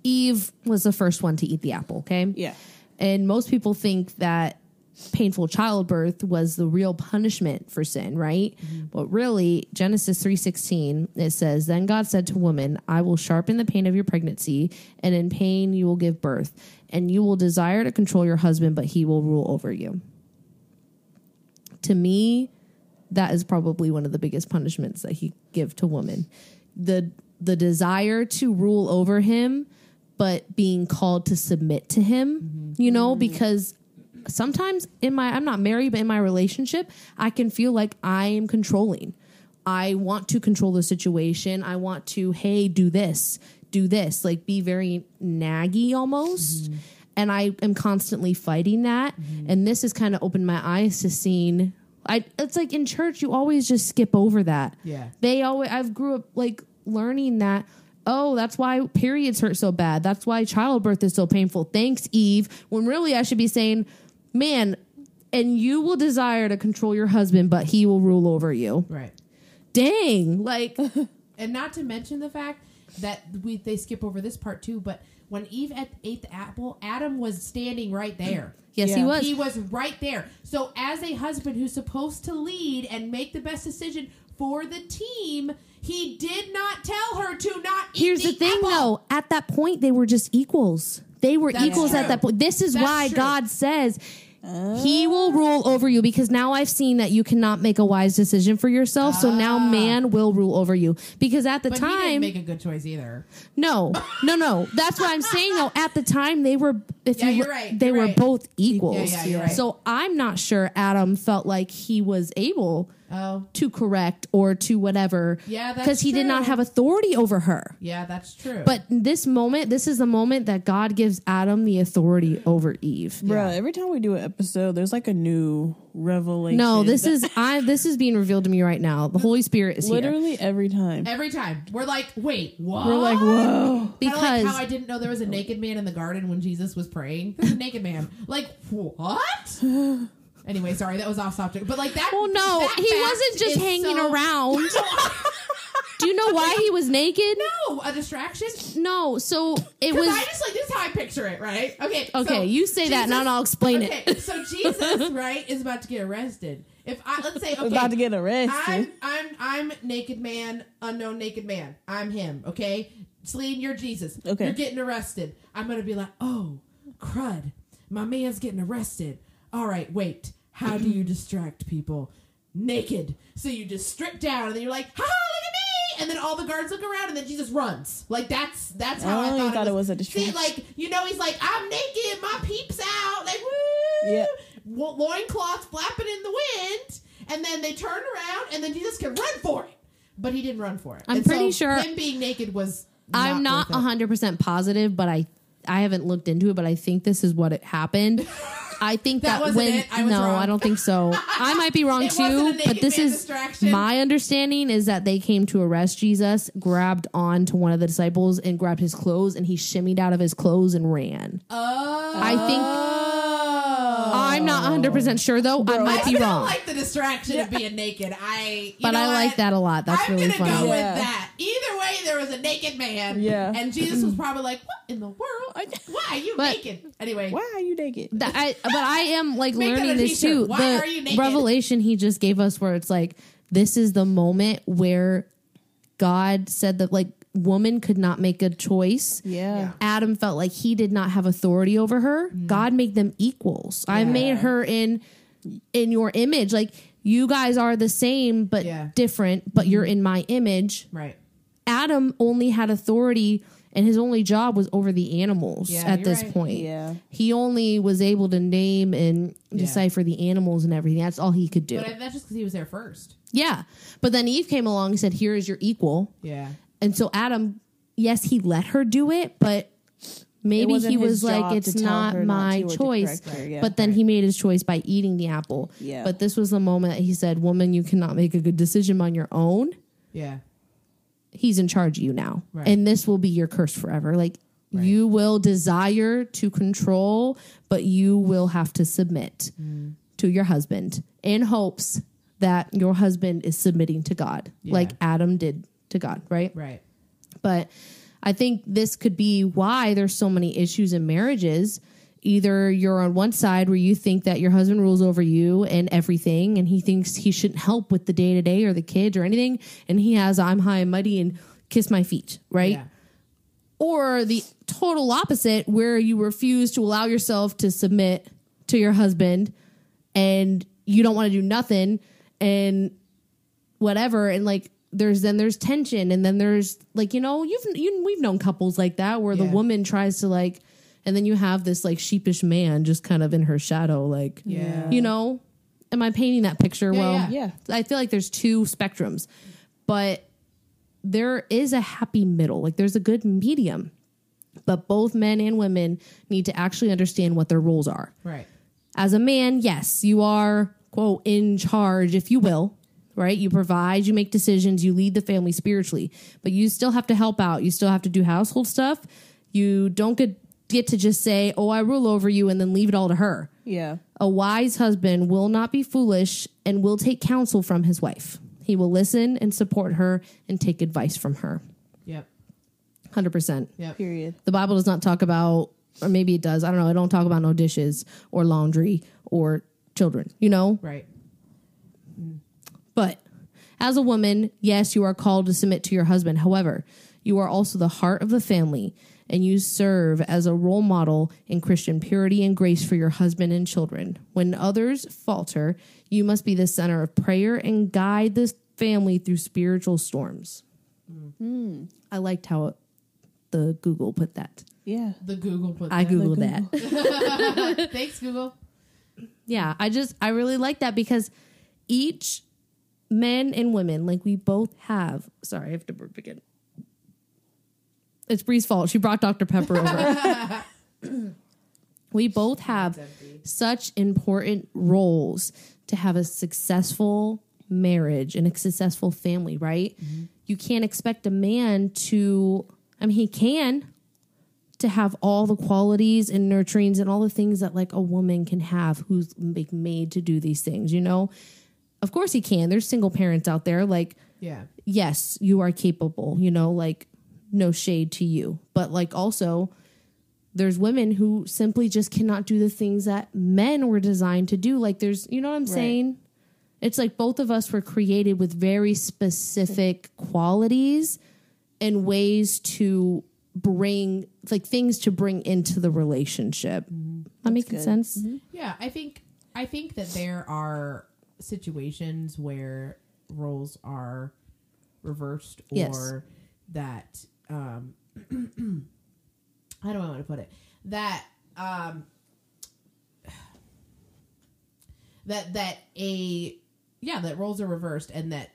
Speaker 4: Eve was the first one to eat the apple. Okay.
Speaker 2: Yeah.
Speaker 4: And most people think that painful childbirth was the real punishment for sin, right? But really, Genesis 3:16 it says, "Then God said to woman, I will sharpen the pain of your pregnancy, and in pain you will give birth, and you will desire to control your husband, but he will rule over you." To me, that is probably one of the biggest punishments that he give to woman. The the desire to rule over him, but being called to submit to him, you know, because sometimes in my I'm not married, but in my relationship, I can feel like I am controlling. I want to control the situation. I want to, hey, do this, do this, like be very naggy almost. And I am constantly fighting that. And this has kind of opened my eyes to seeing I it's like in church you always just skip over that.
Speaker 3: Yeah.
Speaker 4: They always I've grew up like learning that oh that's why periods hurt so bad. That's why childbirth is so painful. Thanks Eve. When really I should be saying, "Man, and you will desire to control your husband, but he will rule over you."
Speaker 3: Right.
Speaker 4: Dang. Like
Speaker 3: And not to mention the fact that we they skip over this part too, but when Eve at, ate the apple, Adam was standing right there.
Speaker 4: yes he
Speaker 2: Yeah.
Speaker 4: was.
Speaker 3: He was right there. So, as a husband who's supposed to lead and make the best decision for the team, he did not tell her to not eat.
Speaker 4: Here's the, thing
Speaker 3: apple.
Speaker 4: though, at that point they were just equals. They were
Speaker 3: That's
Speaker 4: equals at
Speaker 3: true.
Speaker 4: that point. This is
Speaker 3: That's
Speaker 4: why
Speaker 3: true.
Speaker 4: God says he will rule over you because now I've seen that you cannot make a wise decision for yourself. So now man will rule over you because at the
Speaker 3: Ah. But he didn't
Speaker 4: time,
Speaker 3: make a good choice either.
Speaker 4: no, no, no. That's what I'm saying though. At the time, they were if
Speaker 3: Yeah,
Speaker 4: you
Speaker 3: you're
Speaker 4: were-
Speaker 3: right,
Speaker 4: they
Speaker 3: you're
Speaker 4: were
Speaker 3: right.
Speaker 4: both equals.
Speaker 3: Yeah, yeah, you're right.
Speaker 4: So I'm not sure Adam felt like he was able
Speaker 3: Oh,
Speaker 4: to correct or to whatever.
Speaker 3: Yeah, that's
Speaker 4: because he did not
Speaker 3: true.
Speaker 4: have authority over her.
Speaker 3: yeah, that's true.
Speaker 4: But this moment, this is the moment that God gives Adam the authority over Eve.
Speaker 2: Bro, every time we do an episode, there's like a new revelation.
Speaker 4: No, this
Speaker 2: That-
Speaker 4: is I. This is being revealed to me right now. The Holy Spirit is here
Speaker 2: literally every time. Oh,
Speaker 3: every time we're like, wait, what?
Speaker 2: We're like, whoa.
Speaker 3: Kinda Oh, like how I
Speaker 4: because
Speaker 3: didn't know there was a naked man in the garden when Jesus was praying. There's a naked man. Like what? Anyway, sorry, that was off subject. But like that.
Speaker 4: oh no,
Speaker 3: that
Speaker 4: he
Speaker 3: fact
Speaker 4: wasn't just
Speaker 3: is
Speaker 4: hanging
Speaker 3: so-
Speaker 4: around. Do you know why he was naked?
Speaker 3: No, a distraction.
Speaker 4: No, so it
Speaker 3: Because
Speaker 4: was.
Speaker 3: I just like this is how I picture it, right? Okay.
Speaker 4: Okay, you say that, and then I'll explain it.
Speaker 3: okay, so Jesus, right, is about to get arrested. If I let's say okay,
Speaker 2: About to get arrested.
Speaker 3: I'm I'm I'm naked man, unknown naked man. I'm him. Okay. Celine, you're Jesus.
Speaker 2: Okay.
Speaker 3: You're getting arrested. I'm gonna be like, oh, crud, my man's getting arrested. All right, wait. How do you distract people? Naked. So you just strip down, and then you're like, ha, look at me. And then all the guards look around, and then Jesus runs. Like that's that's how I
Speaker 2: Oh, you
Speaker 3: thought,
Speaker 2: thought
Speaker 3: it,
Speaker 2: it was a
Speaker 3: See,
Speaker 2: distraction.
Speaker 3: like you know, he's like, I'm naked, my peeps out, like woo.
Speaker 2: Yeah.
Speaker 3: Wo- Loincloths flapping in the wind, and then they turn around, and then Jesus can run for it. But he didn't run for it.
Speaker 4: I'm
Speaker 3: And so
Speaker 4: pretty sure-
Speaker 3: him being naked was.
Speaker 4: I'm not
Speaker 3: worth it.
Speaker 4: 100% positive, but I I haven't looked into it, but I think this is what it happened. I think
Speaker 3: That
Speaker 4: that,
Speaker 3: wasn't
Speaker 4: when
Speaker 3: it. I was
Speaker 4: no,
Speaker 3: wrong.
Speaker 4: I don't think so. I might be wrong
Speaker 3: It wasn't a
Speaker 4: too,
Speaker 3: naked
Speaker 4: but this
Speaker 3: man
Speaker 4: is
Speaker 3: distraction.
Speaker 4: my understanding is that they came to arrest Jesus, grabbed on to one of the disciples and grabbed his clothes and he shimmied out of his clothes and ran.
Speaker 3: Oh.
Speaker 4: I think I'm not 100% sure though. I might be
Speaker 3: I
Speaker 4: wrong.
Speaker 3: like the distraction of being naked. I, you
Speaker 4: but
Speaker 3: know
Speaker 4: I like
Speaker 3: what?
Speaker 4: that a lot. That's
Speaker 3: I'm
Speaker 4: really
Speaker 3: gonna
Speaker 4: funny.
Speaker 3: go
Speaker 2: Yeah.
Speaker 3: with that. Either way, there was a naked man.
Speaker 2: Yeah.
Speaker 3: And Jesus was probably like, "What in the world? Why are you
Speaker 4: But-
Speaker 3: naked?" Anyway,
Speaker 2: Why are you naked?
Speaker 4: That I, but I am like
Speaker 3: Make that a
Speaker 4: learning this
Speaker 3: t-shirt.
Speaker 4: too.
Speaker 3: Why
Speaker 4: the
Speaker 3: are you naked?
Speaker 4: revelation he just gave us, where it's like this is the moment where God said that like woman could not make a choice.
Speaker 2: Yeah.
Speaker 4: Adam felt like he did not have authority over her.
Speaker 3: Mm.
Speaker 4: God made them equals. I made her in in your image. Like you guys are the same but
Speaker 3: Yeah. Mm-hmm.
Speaker 4: different, but you're in my image.
Speaker 3: right.
Speaker 4: Adam only had authority and his only job was over the animals
Speaker 3: Yeah,
Speaker 4: at
Speaker 3: you're
Speaker 4: this
Speaker 3: right.
Speaker 4: point.
Speaker 2: Yeah.
Speaker 4: He only was able to name and
Speaker 3: Yeah.
Speaker 4: decipher the animals and everything. That's all he could do.
Speaker 3: But I, that's just because he was there first.
Speaker 4: yeah. But then Eve came along and said, Here is your equal.
Speaker 3: Yeah.
Speaker 4: And so Adam, yes, he let her do it, but maybe
Speaker 2: wasn't
Speaker 4: he
Speaker 2: his
Speaker 4: was
Speaker 2: job
Speaker 4: like,
Speaker 2: to
Speaker 4: It's
Speaker 2: tell
Speaker 4: not
Speaker 2: her not
Speaker 4: my
Speaker 2: to or to
Speaker 4: choice.
Speaker 2: correct her. Yeah,
Speaker 4: but then he made his choice by eating the apple.
Speaker 2: Yeah.
Speaker 4: But this was the moment that he said, Woman, you cannot make a good decision on your own
Speaker 3: Yeah.
Speaker 4: he's in charge of you now
Speaker 3: Right.
Speaker 4: and this will be your curse forever like you will desire to control but you will have to submit to your husband in hopes that your husband is submitting to god like adam did to god right
Speaker 3: Right.
Speaker 4: but I think this could be why there's so many issues in marriages. Either you're on one side where you think that your husband rules over you and everything, and he thinks he shouldn't help with the day to day or the kids or anything, and he has I'm high and mighty and kiss my feet, right?
Speaker 3: Yeah.
Speaker 4: Or the total opposite where you refuse to allow yourself to submit to your husband and you don't want to do nothing and whatever and like there's then there's tension and then there's like you know you've you, we've known couples like that where
Speaker 3: Yeah.
Speaker 4: the woman tries to like and then you have this like sheepish man just kind of in her shadow like
Speaker 3: Yeah.
Speaker 4: you know am i painting that picture well
Speaker 3: yeah.
Speaker 2: Yeah.
Speaker 4: i feel like there's two spectrums but there is a happy middle like there's a good medium but both men and women need to actually understand what their roles are
Speaker 3: Right.
Speaker 4: as a man, yes, you are, quote, in charge, if you will, right? You provide, you make decisions, you lead the family spiritually, but you still have to help out. You still have to do household stuff. You don't get, get to just say, oh, I rule over you and then leave it all to her.
Speaker 2: Yeah.
Speaker 4: A wise husband will not be foolish and will take counsel from his wife. He will listen and support her and take advice from her.
Speaker 3: Yep.
Speaker 4: 100%.
Speaker 3: Yep.
Speaker 2: Period.
Speaker 4: The Bible does not talk about, or maybe it does. I don't know. I don't talk about no dishes or laundry or children, you know?
Speaker 3: Right.
Speaker 4: But as a woman, yes, you are called to submit to your husband. However, you are also the heart of the family and you serve as a role model in Christian purity and grace for your husband and children. When others falter, you must be the center of prayer and guide this family through spiritual storms.
Speaker 3: Mm.
Speaker 4: Hmm. I liked how the Google put that.
Speaker 2: Yeah.
Speaker 3: The Google put.
Speaker 4: I
Speaker 3: that.
Speaker 4: Googled that.
Speaker 3: Thanks, Google.
Speaker 4: yeah i just i really like that because each men and women like we both have sorry i have to burp again it's bree's fault she brought dr pepper over we both have such important roles to have a successful marriage and a successful family right you can't expect a man to i mean he can to have all the qualities and nurturings and all the things that like a woman can have who's like made to do these things you know of course he can there's single parents out there like
Speaker 3: Yeah.
Speaker 4: yes you are capable you know like no shade to you but like also there's women who simply just cannot do the things that men were designed to do like there's you know what i'm saying it's like both of us were created with very specific qualities and ways to bring like things to bring into the relationship.
Speaker 3: Mm-hmm.
Speaker 4: That makes
Speaker 2: good.
Speaker 4: sense.
Speaker 3: Yeah, I think I think that there are situations where roles are reversed or
Speaker 4: Yes.
Speaker 3: that um how do I want to put it? That um that that a yeah, that roles are reversed and that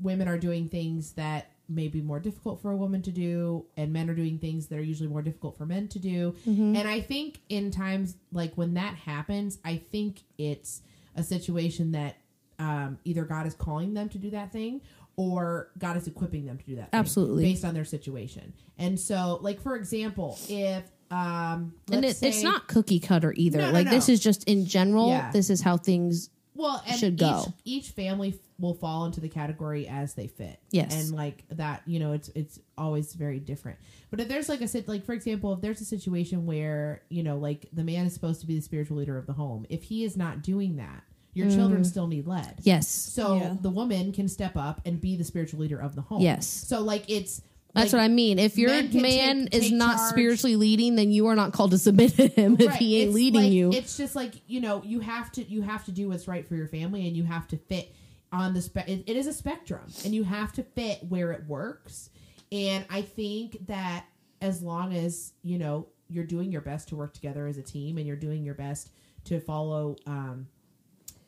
Speaker 3: women are doing things that may be more difficult for a woman to do and men are doing things that are usually more difficult for men to do
Speaker 4: Mm-hmm.
Speaker 3: and i think in times like when that happens i think it's a situation that um, either god is calling them to do that thing or god is equipping them to do that thing
Speaker 4: Absolutely.
Speaker 3: based on their situation and so like for example if um
Speaker 4: and it,
Speaker 3: let's
Speaker 4: it's
Speaker 3: say-
Speaker 4: not cookie cutter either.
Speaker 3: No, no,
Speaker 4: like this
Speaker 3: no.
Speaker 4: is just in general.
Speaker 3: Yeah.
Speaker 4: This is how things.
Speaker 3: well and
Speaker 4: should
Speaker 3: each,
Speaker 4: go.
Speaker 3: each family f- will fall into the category as they fit
Speaker 4: Yes.
Speaker 3: and like that you know it's it's always very different but if there's like a sit like for example if there's a situation where you know like the man is supposed to be the spiritual leader of the home if he is not doing that your children still need led
Speaker 4: Mm. Yes.
Speaker 3: so
Speaker 2: Yeah.
Speaker 3: the woman can step up and be the spiritual leader of the home
Speaker 4: Yes.
Speaker 3: so like it's
Speaker 4: That's
Speaker 3: like,
Speaker 4: what I mean. If your
Speaker 3: men can
Speaker 4: man
Speaker 3: take-
Speaker 4: is
Speaker 3: take
Speaker 4: not
Speaker 3: charge.
Speaker 4: spiritually leading, then you are not called to submit to him if
Speaker 3: Right.
Speaker 4: he ain't
Speaker 3: It's
Speaker 4: leading
Speaker 3: like-
Speaker 4: you.
Speaker 3: It's just like you know, you have to you have to do what's right for your family, and you have to fit on the spe- it, it is a spectrum, and you have to fit where it works. And I think that as long as you know you're doing your best to work together as a team, and you're doing your best to follow um,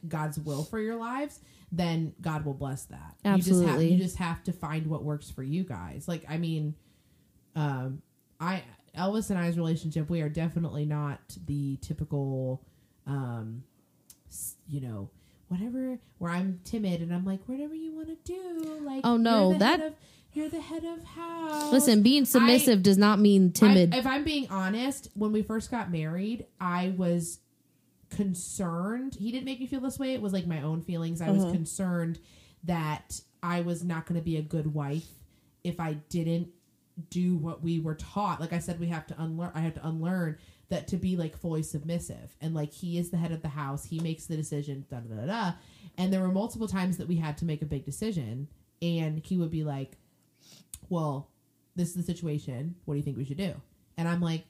Speaker 3: God's will for your lives, then God will bless that. You just have,
Speaker 4: Absolutely.
Speaker 3: you just have to find what works for you guys. Like, I mean, um, I Elvis and I's relationship, we are definitely not the typical, um, s- you know, whatever. Where I'm timid and I'm like, whatever you want to do. Like,
Speaker 4: Oh, no,
Speaker 3: you're the
Speaker 4: that-
Speaker 3: head of, you're the head of house.
Speaker 4: Listen, being submissive does not mean timid.
Speaker 3: I, if I'm being honest, when we first got married, I was concerned. He didn't make me feel this way. It was like my own feelings. I was concerned that I was not going to be a good wife if I didn't do what we were taught. Like I said, we have to unlearn. I have to unlearn that to be like fully submissive and like he is the head of the house. He makes the decision. Da da da da. And there were multiple times that we had to make a big decision, and he would be like, well, this is the situation. What do you think we should do? And I'm like,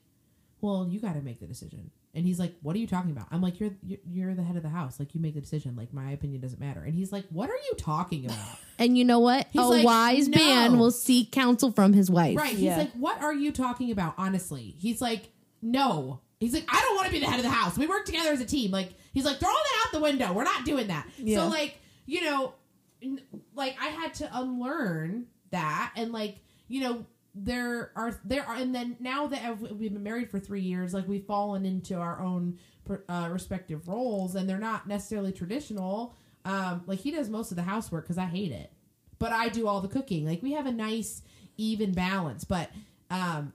Speaker 3: well, you got to make the decision. And he's like, what are you talking about? I'm like, you're you're- you're the head of the house. Like, you make the decision. Like, my opinion doesn't matter. And he's like, what are you talking about?
Speaker 4: and you know what?
Speaker 3: He's
Speaker 4: a
Speaker 3: like,
Speaker 4: wise
Speaker 3: "No."
Speaker 4: man will seek counsel from his wife.
Speaker 3: Right. He's
Speaker 2: Yeah.
Speaker 3: like, what are you talking about? Honestly, he's like, no. He's like, I don't want to be the head of the house. We work together as a team. Like, he's like, throw that out the window. We're not doing that.
Speaker 2: Yeah.
Speaker 3: So, like, you know, n- like I had to unlearn that, and like, you know, there are there are, and then now that I've- we've been married for three years, like we've fallen into our own per- uh, respective roles, and they're not necessarily traditional. Um, like he does most of the housework because I hate it but I do all the cooking. Like we have a nice even balance, but um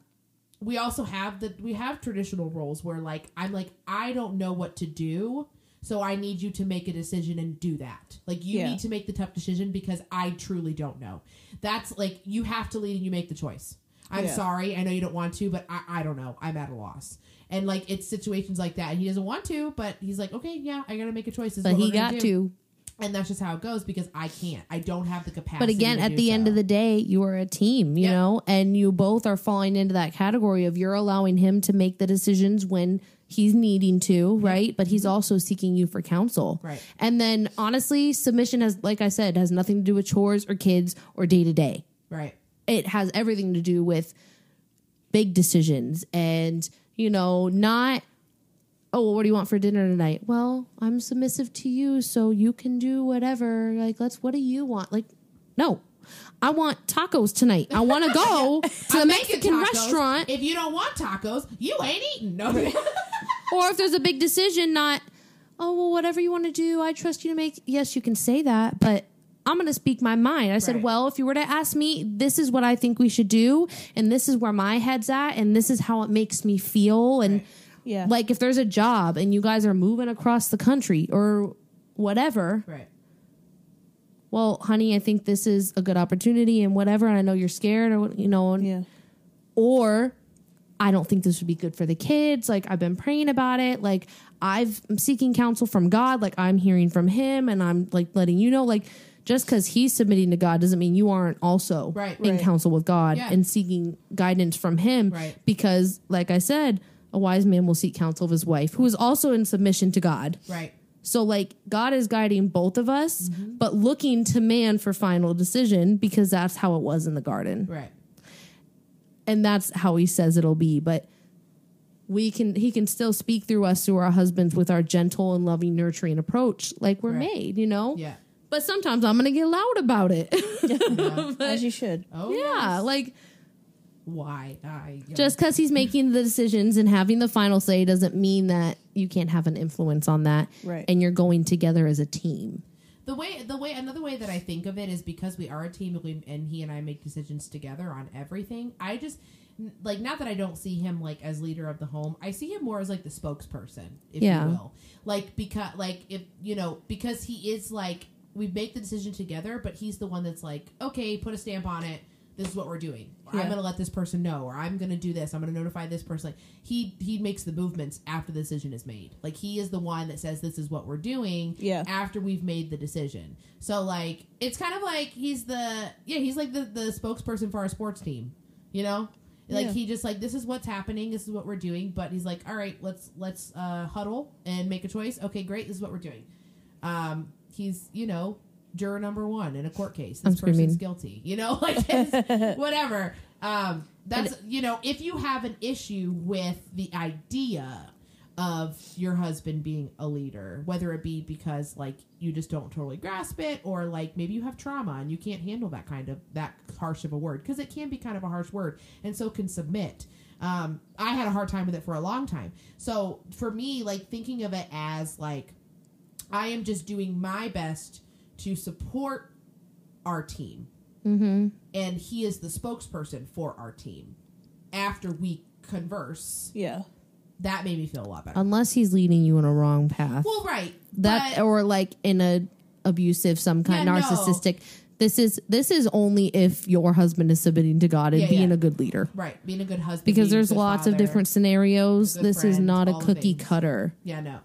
Speaker 3: we also have the we have traditional roles where like I'm like I don't know what to do, so I need you to make a decision and do that. Like you
Speaker 2: Yeah.
Speaker 3: need to make the tough decision because I truly don't know. That's like you have to lead and you make the choice. I'm
Speaker 2: Yeah.
Speaker 3: sorry, I know you don't want to, but I, I don't know. I'm at a loss. And like it's situations like that. And he doesn't want to, but he's like, okay, yeah, I gotta make a choice. This is
Speaker 4: But
Speaker 3: what
Speaker 4: he
Speaker 3: we're gonna
Speaker 4: got
Speaker 3: do.
Speaker 4: to.
Speaker 3: And that's just how it goes because I can't. I don't have the capacity.
Speaker 4: But again,
Speaker 3: to
Speaker 4: at
Speaker 3: do
Speaker 4: the end
Speaker 3: so.
Speaker 4: of the day, you are a team, you
Speaker 3: Yeah.
Speaker 4: know, and you both are falling into that category of you're allowing him to make the decisions when he's needing to, right? But he's also seeking you for counsel.
Speaker 3: Mm-hmm. Right.
Speaker 4: And then honestly, submission has, like I said, has nothing to do with chores or kids or day to day.
Speaker 3: Right.
Speaker 4: It has everything to do with big decisions and, you know, not. Oh, well, what do you want for dinner tonight? Well, I'm submissive to you, so you can do whatever. Like, let's, what do you want? Like, no, I want tacos tonight. I want to go to the
Speaker 3: I'm making
Speaker 4: Mexican
Speaker 3: tacos.
Speaker 4: restaurant.
Speaker 3: If you don't want tacos, you ain't eating. No.
Speaker 4: or if there's a big decision, not, oh, well, whatever you want to do, I trust you to make. Yes, you can say that, but I'm going to speak my mind. I said,
Speaker 3: Right.
Speaker 4: well, if you were to ask me, this is what I think we should do, and this is where my head's at, and this is how it makes me feel. And
Speaker 2: Yeah.
Speaker 4: like if there's a job and you guys are moving across the country or whatever,
Speaker 3: right.
Speaker 4: well, honey, I think this is a good opportunity and whatever. And I know you're scared or, you know, and-
Speaker 2: yeah.
Speaker 4: or I don't think this would be good for the kids. Like I've been praying about it. Like I've, I'm seeking counsel from God. Like I'm hearing from Him, and I'm like letting you know. Like Just because he's submitting to God doesn't mean you aren't also
Speaker 3: Right.
Speaker 4: in
Speaker 3: Right.
Speaker 4: counsel with God
Speaker 3: Yeah.
Speaker 4: and seeking guidance from Him.
Speaker 3: Right.
Speaker 4: Because, like I said, a wise man will seek counsel of his wife, who is also in submission to God.
Speaker 3: Right.
Speaker 4: So, like, God is guiding both of us,
Speaker 3: Mm-hmm.
Speaker 4: but looking to man for final decision because that's how it was in the garden
Speaker 3: Right.
Speaker 4: and that's how he says it'll be but we can he can still speak through us through our husbands with our gentle and loving nurturing approach like we're
Speaker 3: Right.
Speaker 4: made you know
Speaker 3: Yeah.
Speaker 4: but sometimes i'm gonna get loud about it
Speaker 2: As you should.
Speaker 3: Oh
Speaker 4: yeah
Speaker 3: yes.
Speaker 4: like
Speaker 3: why? I yeah.
Speaker 4: just because he's making the decisions and having the final say doesn't mean that you can't have an influence on that
Speaker 2: Right.
Speaker 4: and you're going together as a team
Speaker 3: the way the way another way that I think of it is because we are a team and we and he and I make decisions together on everything. I just n- like not that I don't see him like as leader of the home. I see him more as like the spokesperson, if
Speaker 4: Yeah.
Speaker 3: you will. Like because like if you know because he is like we make the decision together, but he's the one that's like okay, put a stamp on it. This is what we're doing.
Speaker 2: Yeah.
Speaker 3: I'm gonna let this person know, or I'm gonna do this. I'm gonna notify this person. Like, he he makes the movements after the decision is made. Like he is the one that says this is what we're doing
Speaker 2: Yeah.
Speaker 3: after we've made the decision. So like it's kind of like he's the yeah, he's like the, the spokesperson for our sports team. You know? Like
Speaker 2: Yeah.
Speaker 3: he just like this is what's happening, this is what we're doing, but he's like, All right, let's let's uh huddle and make a choice. Okay, great, this is what we're doing. Um he's, you know, juror number one in a court case.
Speaker 4: I'm
Speaker 3: This
Speaker 4: screaming.
Speaker 3: person's guilty. You know, like it's- whatever. Um that's you know, if you have an issue with the idea of your husband being a leader, whether it be because like you just don't totally grasp it, or like maybe you have trauma and you can't handle that kind of that harsh of a word because it can be kind of a harsh word, and so can submit. Um, I had a hard time with it for a long time. So for me, like thinking of it as like I am just doing my best to support our team, mm-hmm. and he is the spokesperson for our team. After we converse,
Speaker 2: Yeah.
Speaker 3: that made me feel a lot better.
Speaker 4: unless he's leading you on a wrong path
Speaker 3: Well, right.
Speaker 4: Uh, that
Speaker 3: but,
Speaker 4: or like in a abusive some kind
Speaker 3: Yeah, no.
Speaker 4: narcissistic this is this is only if your husband is submitting to god and
Speaker 3: Yeah,
Speaker 4: being
Speaker 3: yeah.
Speaker 4: a good leader
Speaker 3: right being a good husband
Speaker 4: because
Speaker 3: being a
Speaker 4: there's
Speaker 3: good
Speaker 4: lots of
Speaker 3: father.
Speaker 4: different scenarios
Speaker 3: good
Speaker 4: this is
Speaker 3: friend,
Speaker 4: not a
Speaker 3: all the
Speaker 4: cookie
Speaker 3: things.
Speaker 4: cutter
Speaker 3: Yeah, no.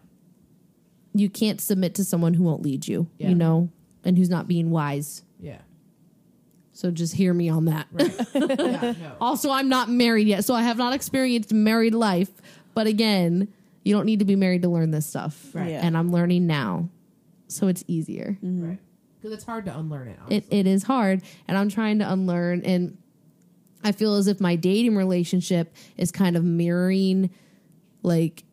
Speaker 4: you can't submit to someone who won't lead you
Speaker 3: Yeah.
Speaker 4: you know and who's not being wise
Speaker 3: Yeah,
Speaker 4: so just hear me on that
Speaker 3: right. yeah, no.
Speaker 4: also i'm not married yet so i have not experienced married life but again you don't need to be married to learn this stuff
Speaker 3: Right.
Speaker 2: Yeah.
Speaker 4: and i'm learning now so it's easier
Speaker 3: Right. Because it's hard to unlearn it. Honestly.
Speaker 4: Um, it, it is hard and i'm trying to unlearn and i feel as if my dating relationship is kind of mirroring like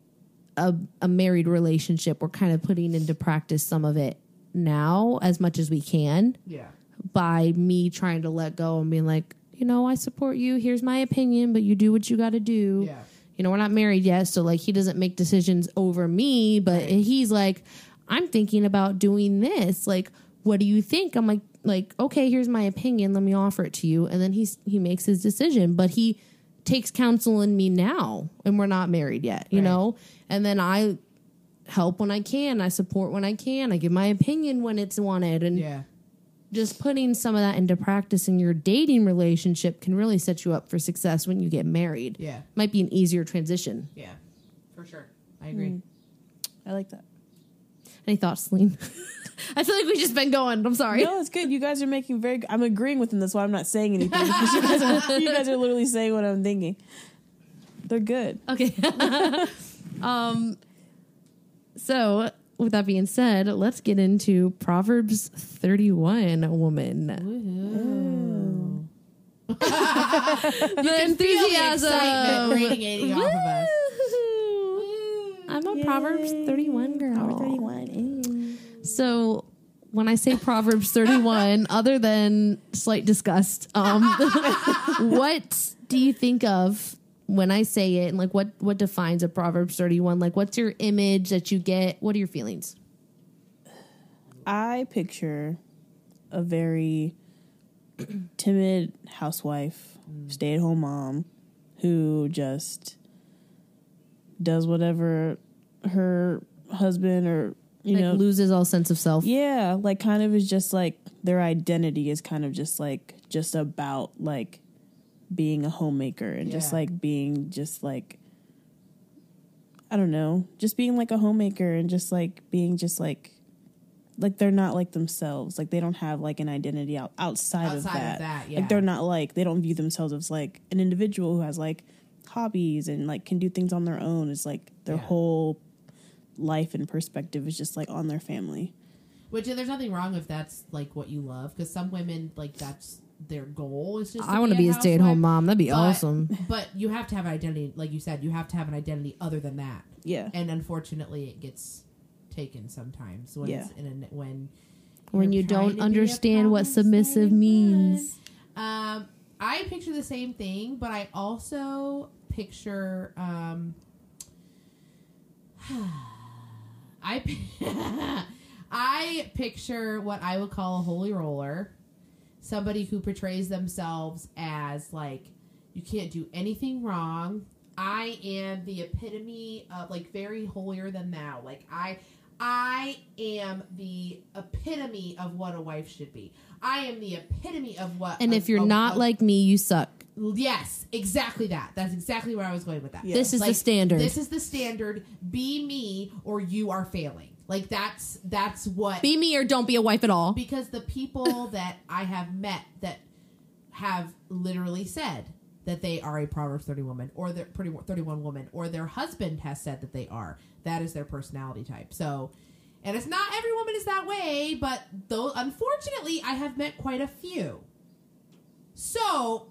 Speaker 4: a, a married relationship we're kind of putting into practice some of it now as much as we can
Speaker 3: yeah.
Speaker 4: by me trying to let go and being like you know i support you here's my opinion but you do what you got to do
Speaker 3: Yeah.
Speaker 4: you know we're not married yet so like he doesn't make decisions over me but he's like i'm thinking about doing this like what do you think i'm like like okay here's my opinion let me offer it to you and then he's he makes his decision but he takes counsel in me now and we're not married yet you
Speaker 3: Right.
Speaker 4: know and then i help when i can i support when i can i give my opinion when it's wanted and
Speaker 3: Yeah.
Speaker 4: just putting some of that into practice in your dating relationship can really set you up for success when you get married
Speaker 3: Yeah.
Speaker 4: might be an easier transition
Speaker 3: Yeah. For sure. I agree.
Speaker 4: Mm.
Speaker 2: I like that.
Speaker 4: Any thoughts, Celine? I feel like we've just been going. I'm sorry.
Speaker 2: No, it's good. You guys are making very. I'm agreeing with him. That's why I'm not saying anything. because you, guys are, you guys are literally saying what I'm thinking. They're good.
Speaker 4: Okay. um, so, with that being said, let's get into Proverbs 31, woman. the enthusiasm.
Speaker 3: radiating off of us.
Speaker 4: Woo-hoo. I'm a Proverbs 31 girl.
Speaker 2: eh.
Speaker 4: So when I say Proverbs 31, other than slight disgust, um, what do you think of when I say it? And like, what what defines a Proverbs 31? Like, what's your image that you get? What are your feelings?
Speaker 2: I picture a very timid housewife, stay at home mom, who just does whatever her husband or you
Speaker 4: like,
Speaker 2: know
Speaker 4: loses all sense of self.
Speaker 2: Yeah, like kind of is just like their identity is kind of just like just about like being a homemaker and just
Speaker 3: Yeah.
Speaker 2: like being just like I don't know, just being like a homemaker and just like being just like like they're not like themselves. Like they don't have like an identity out, outside, of
Speaker 3: Outside of
Speaker 2: that.
Speaker 3: that, yeah.
Speaker 2: Like they're not like they don't view themselves as like an individual who has like hobbies and like can do things on their own. It's like their
Speaker 3: Yeah.
Speaker 2: whole life and perspective is just like on their family.
Speaker 3: Which and there's nothing wrong if that's like what you love, because some women like that's their goal is just.
Speaker 4: I
Speaker 3: want to
Speaker 4: be a stay at home
Speaker 3: housewife.
Speaker 4: mom. That'd be
Speaker 3: But-
Speaker 4: awesome.
Speaker 3: But you have to have an identity, like you said, you have to have an identity other than that,
Speaker 2: Yeah.
Speaker 3: and unfortunately, it gets taken sometimes when
Speaker 2: Yeah.
Speaker 3: it's in a, when
Speaker 4: When
Speaker 3: you're trying to
Speaker 4: you don't
Speaker 3: be a
Speaker 4: understand what
Speaker 3: problem-solving
Speaker 4: submissive
Speaker 3: woman.
Speaker 4: means.
Speaker 3: Um, I picture the same thing, but I also picture. Um, I pi- I picture what I would call a holy roller, somebody who portrays themselves as like you can't do anything wrong. I am the epitome of like very holier than thou. Like I I am the epitome of what a wife should be. I am the epitome of what
Speaker 4: And
Speaker 3: a-
Speaker 4: if you're
Speaker 3: a-
Speaker 4: not
Speaker 3: a-
Speaker 4: like me, you suck.
Speaker 3: Yes, exactly that. That's exactly where I was going with that.
Speaker 2: Yeah.
Speaker 4: This is the
Speaker 3: Like,
Speaker 4: standard.
Speaker 3: This is the standard. Be me or you are failing. Like that's that's what
Speaker 4: be me or don't be a wife at all.
Speaker 3: because the people that I have met that have literally said that they are a Proverbs 30 woman or they're pretty 31 woman or their husband has said that they are. That is their personality type. So and it's not every woman is that way, but though unfortunately I have met quite a few. So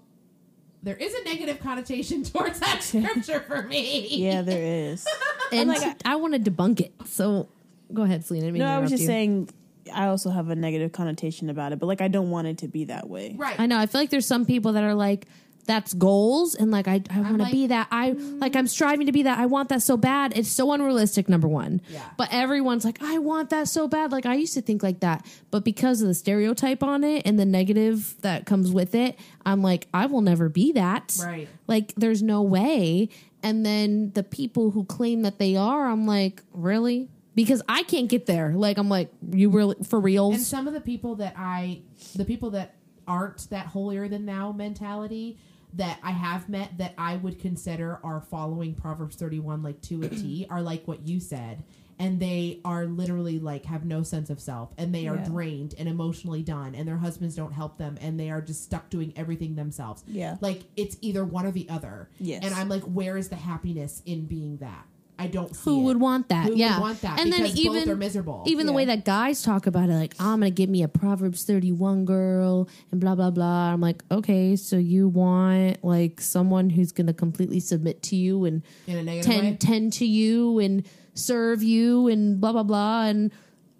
Speaker 3: there is a negative connotation towards that scripture for me.
Speaker 2: Yeah, there is.
Speaker 4: and I want to debunk it. So go ahead, Selena. didn't mean
Speaker 2: no,
Speaker 4: to
Speaker 2: I was
Speaker 4: interrupt
Speaker 2: just
Speaker 4: you.
Speaker 2: saying I also have a negative connotation about it, but like I don't want it to be that way.
Speaker 3: Right.
Speaker 4: I know. I feel like there's some people that are like, that's goals, and like I, I want to
Speaker 3: like, "Mm-hmm."
Speaker 4: be that. I like I'm striving to be that. I want that so bad. It's so unrealistic. Number one.
Speaker 3: Yeah.
Speaker 4: But everyone's like, I want that so bad. Like I used to think like that, but because of the stereotype on it and the negative that comes with it, I'm like, I will never be that.
Speaker 3: Right.
Speaker 4: Like there's no way. And then the people who claim that they are, I'm like, really? Because I can't get there. Like I'm like, you really for reals?
Speaker 3: And some of the people that I, the people that aren't that holier than thou mentality that I have met that I would consider are following Proverbs 31 like to a T are like what you said. And they are literally like have no sense of self and they are
Speaker 2: Yeah.
Speaker 3: drained and emotionally done and their husbands don't help them and they are just stuck doing everything themselves.
Speaker 2: Yeah.
Speaker 3: Like it's either one or the other.
Speaker 2: Yes.
Speaker 3: And I'm like, where is the happiness in being that? I don't see
Speaker 4: who
Speaker 3: it.
Speaker 4: would want that?
Speaker 3: Who would
Speaker 4: yeah,
Speaker 3: want that?
Speaker 4: And
Speaker 3: Because
Speaker 4: then
Speaker 3: both
Speaker 4: even
Speaker 3: are miserable.
Speaker 4: Even the
Speaker 2: Yeah.
Speaker 4: way that guys talk about it, like I'm gonna get me a Proverbs 31 girl and blah blah blah. I'm like, okay, so you want like someone who's gonna completely submit to you and
Speaker 3: in a negative way.
Speaker 4: tend tend to you and serve you and blah blah blah and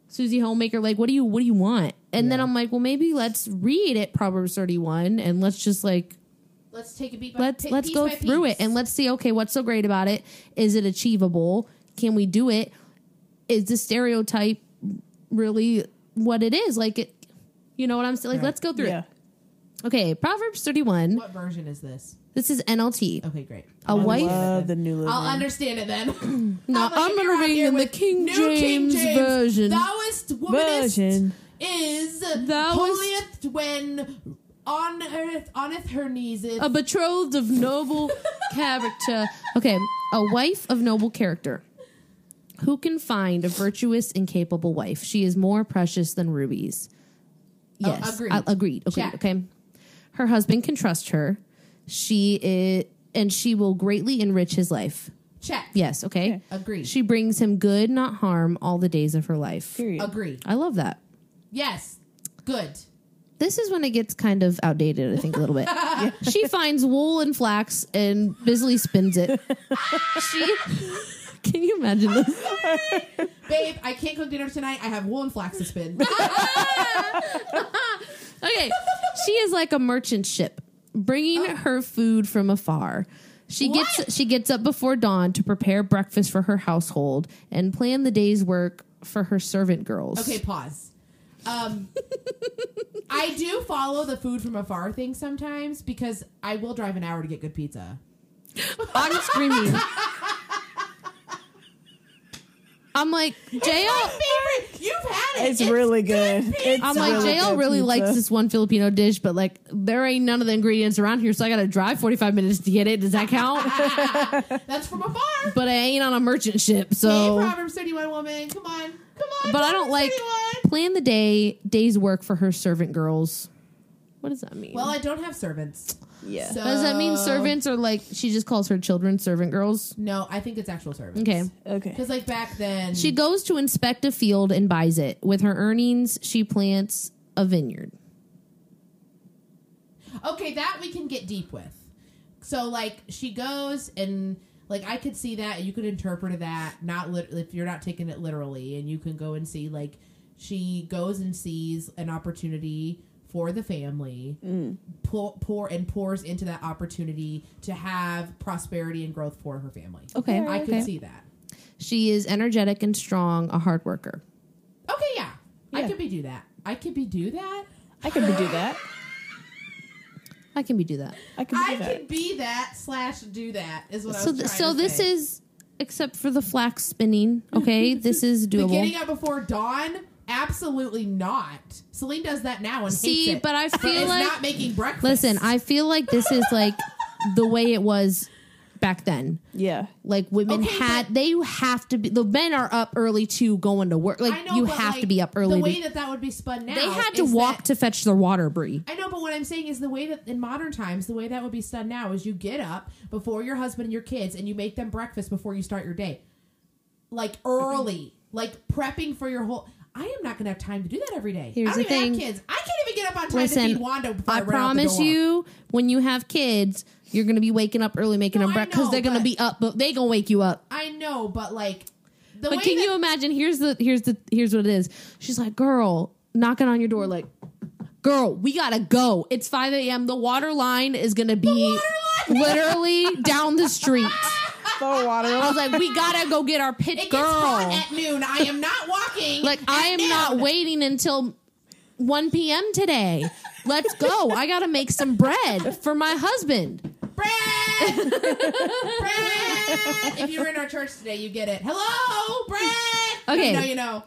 Speaker 4: Susie Homemaker, like what do you what do you want? And then I'm like, well, maybe let's read it Proverbs 31 and let's just like
Speaker 3: let's take a beat by
Speaker 4: let's
Speaker 3: pi-
Speaker 4: let's
Speaker 3: piece
Speaker 4: go
Speaker 3: by
Speaker 4: through
Speaker 3: piece.
Speaker 4: it and let's see okay what's so great about it is it achievable can we do it is the stereotype really what it is like it you know what i'm saying like let's go through
Speaker 2: Yeah.
Speaker 4: it okay proverbs 31
Speaker 3: What version is this?
Speaker 4: this is nlt
Speaker 3: Okay, great.
Speaker 4: a wife
Speaker 2: Love the new living.
Speaker 3: I'll understand it then.
Speaker 4: No,
Speaker 3: like,
Speaker 4: I'm
Speaker 3: if
Speaker 4: gonna
Speaker 3: you're out
Speaker 4: read
Speaker 3: here
Speaker 4: in the
Speaker 3: with
Speaker 4: King
Speaker 3: New King
Speaker 4: James Version.
Speaker 3: Thouest womanist
Speaker 2: version.
Speaker 3: is
Speaker 4: Thouest-
Speaker 3: holiest when on earth oneth her knees.
Speaker 4: a betrothed of noble character. Okay, a wife of noble character. Who can find a virtuous and capable wife? She is more precious than rubies.
Speaker 3: Oh,
Speaker 4: Yes,
Speaker 3: agreed.
Speaker 4: I- agreed. Agreed.
Speaker 3: Check.
Speaker 4: Okay. Her husband can trust her. She is, and she will greatly enrich his life.
Speaker 3: Check.
Speaker 4: Yes. Okay.
Speaker 3: Agreed.
Speaker 4: She brings him good, not harm, all the days of her life.
Speaker 2: Period.
Speaker 3: Agreed.
Speaker 4: I love that.
Speaker 3: Yes. Good.
Speaker 4: This is when it gets kind of outdated, I think, a little bit. She finds wool and flax and busily spins it. she can you imagine this?
Speaker 3: Babe, I can't cook dinner tonight. I have wool and flax to spin.
Speaker 4: Okay, she is like a merchant ship, bringing her food from afar. She gets she gets up before dawn to prepare breakfast for her household and plan the day's work for her servant girls.
Speaker 3: Okay, pause. Um, I do follow the food from afar thing sometimes because I will drive an hour to get good pizza.
Speaker 4: I'm screaming. I'm like, JL,
Speaker 3: My favorite. You've had it.
Speaker 2: It's, really good. It's
Speaker 4: I'm like,
Speaker 2: really
Speaker 4: JL
Speaker 2: good
Speaker 4: really
Speaker 2: pizza.
Speaker 4: likes this one Filipino dish, but like, there ain't none of the ingredients around here, so I gotta drive 45 minutes to get it. Does that count?
Speaker 3: That's from afar.
Speaker 4: but I ain't on a merchant ship,
Speaker 3: hey,
Speaker 4: so.
Speaker 3: Proverbs 31 woman. Come on. Come on.
Speaker 4: But I don't
Speaker 3: Proverbs
Speaker 4: like
Speaker 3: 31.
Speaker 4: plan the day, day's work for her servant girls. What does that mean?
Speaker 3: Well, I don't have servants.
Speaker 2: Yeah.
Speaker 3: So-
Speaker 4: does that mean servants or like she just calls her children servant girls?
Speaker 3: No, I think it's actual servants.
Speaker 4: Okay.
Speaker 2: okay.
Speaker 3: Because, like, back then.
Speaker 4: She goes to inspect a field and buys it. With her earnings, she plants a vineyard.
Speaker 3: Okay, that we can get deep with. So like she goes and like I could see that you could interpret that not lit- if you're not taking it literally and you can go and see like she goes and sees an opportunity for the family
Speaker 4: Mm.
Speaker 3: pour, pour and pours into that opportunity to have prosperity and growth for her family.
Speaker 4: Okay,
Speaker 3: I
Speaker 4: okay.
Speaker 3: could see that.
Speaker 4: She is energetic and strong, a hard worker.
Speaker 3: Okay, yeah. I
Speaker 2: Yeah.
Speaker 3: could be do that. I could be do that.
Speaker 2: I could do that.
Speaker 4: I can be do that.
Speaker 2: I could
Speaker 3: I
Speaker 2: do that.
Speaker 3: could be that slash do that is what I
Speaker 4: so
Speaker 3: was
Speaker 4: th-
Speaker 3: trying
Speaker 4: so
Speaker 3: to
Speaker 4: this
Speaker 3: say.
Speaker 4: is except for the flax spinning. Okay, this is
Speaker 3: The
Speaker 4: doable.
Speaker 3: getting up before dawn? Absolutely not. Celine does that now and
Speaker 4: See,
Speaker 3: hates it.
Speaker 4: but I feel
Speaker 3: it's
Speaker 4: like
Speaker 3: not making breakfast.
Speaker 4: listen, I feel like this is like the way it was back then.
Speaker 2: yeah.
Speaker 4: Like women
Speaker 3: Okay,
Speaker 4: had, they have to be. The men are up early too, going to work. Like
Speaker 3: I know,
Speaker 4: you
Speaker 3: but,
Speaker 4: have
Speaker 3: like,
Speaker 4: to be up
Speaker 3: The
Speaker 4: early. to-
Speaker 3: way that that would be spun now,
Speaker 4: they had to
Speaker 3: is
Speaker 4: walk
Speaker 3: that-
Speaker 4: to fetch their water, Brie.
Speaker 3: I know, but what I'm saying is the way that in modern times, the way that would be done now is you get up before your husband and your kids and you make them breakfast before you start your day. Like early. Like prepping for your whole I am not gonna have time to do that every day.
Speaker 4: Here's
Speaker 3: I don't
Speaker 4: the
Speaker 3: even
Speaker 4: thing.
Speaker 3: have kids. I can't even get up on time to feed
Speaker 4: Listen,
Speaker 3: Wanda before I,
Speaker 4: I
Speaker 3: run out the
Speaker 4: promise
Speaker 3: door.
Speaker 4: you, when you have kids, you're gonna be waking up early making
Speaker 3: No,
Speaker 4: them
Speaker 3: I
Speaker 4: breakfast because
Speaker 3: know,
Speaker 4: they're gonna
Speaker 3: but-
Speaker 4: be up, but they gonna wake you up.
Speaker 3: I know, but like the way
Speaker 4: But can
Speaker 3: that
Speaker 4: you imagine? Here's the here's the here's what it is. She's like, girl, knocking on your door, like, girl, we gotta go. It's five a.m. The water line is gonna be literally down the street.
Speaker 2: Throw water.
Speaker 4: I was like, we gotta go get our pitch,
Speaker 3: It gets hot
Speaker 4: girl.
Speaker 3: at noon. I am not walking.
Speaker 4: Like, I am not waiting until. 1 p.m. today. Let's go. I got to make some bread for my husband.
Speaker 3: Brad. Brad. If you were in our church today, you get it. Hello, Brad.
Speaker 4: Okay.
Speaker 3: You know, you know.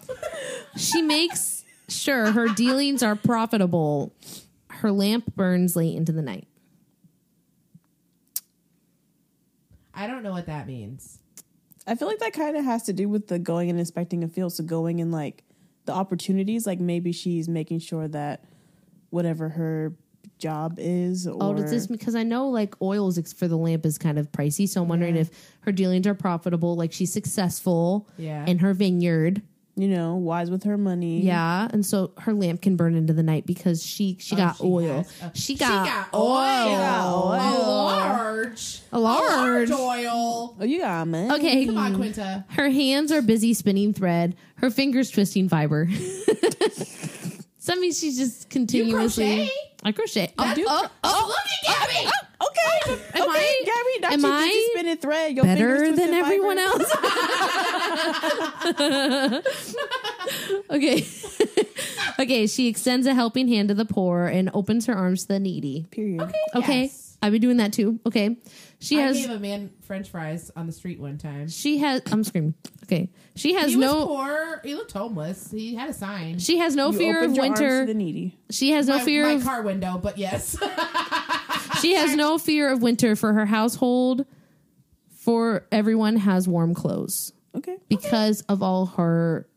Speaker 4: She makes sure her dealings are profitable. Her lamp burns late into the night.
Speaker 3: I don't know what that means.
Speaker 2: I feel like that kind of has to do with the going and inspecting a field. So going and like the opportunities, like maybe she's making sure that whatever her job is, or
Speaker 4: Oh, does this because I know like oils ex- for the lamp is kind of pricey, so I'm wondering if her dealings are profitable, like she's successful
Speaker 3: Yeah.
Speaker 4: in her vineyard.
Speaker 2: you know, wise with her money.
Speaker 4: Yeah, and so her lamp can burn into the night because she she got
Speaker 3: she
Speaker 4: oil.
Speaker 3: has- oh,
Speaker 4: she got,
Speaker 3: oil.
Speaker 2: got
Speaker 3: A large.
Speaker 4: A large. Hmm.
Speaker 3: oil.
Speaker 2: Oh, you got man.
Speaker 4: okay.
Speaker 3: Come on, Quinta.
Speaker 4: Her hands are busy spinning thread, her fingers twisting fiber. so that means she's just continuously oh,
Speaker 3: crochet?
Speaker 4: I crochet.
Speaker 3: That's-
Speaker 4: I do.
Speaker 3: Oh, look at Gabby.
Speaker 2: Okay,
Speaker 4: Am
Speaker 2: okay,
Speaker 4: I-
Speaker 2: Gabby, not
Speaker 4: am
Speaker 2: you
Speaker 4: I
Speaker 2: busy spinning thread. Your
Speaker 4: better
Speaker 2: fingers
Speaker 4: than
Speaker 2: twisting
Speaker 4: everyone
Speaker 2: fibers.
Speaker 4: else. okay. okay, she extends a helping hand to the poor and opens her arms to the needy.
Speaker 2: Period.
Speaker 4: Okay.
Speaker 3: Yes.
Speaker 4: I've been doing that too. Okay. She
Speaker 3: I
Speaker 4: has
Speaker 3: gave a man French fries on the street one time.
Speaker 4: she has I'm screaming. Okay. She has
Speaker 3: He was
Speaker 4: no
Speaker 3: poor. He looked homeless. He had a sign.
Speaker 4: she has no
Speaker 2: You
Speaker 4: fear
Speaker 2: opened
Speaker 4: of
Speaker 2: your arms to
Speaker 4: winter.
Speaker 2: the needy.
Speaker 4: She has no
Speaker 3: my,
Speaker 4: fear
Speaker 3: my
Speaker 4: of
Speaker 3: car window, but yes.
Speaker 4: she has no fear of winter for her household for everyone has warm clothes
Speaker 2: Okay,
Speaker 4: because of all her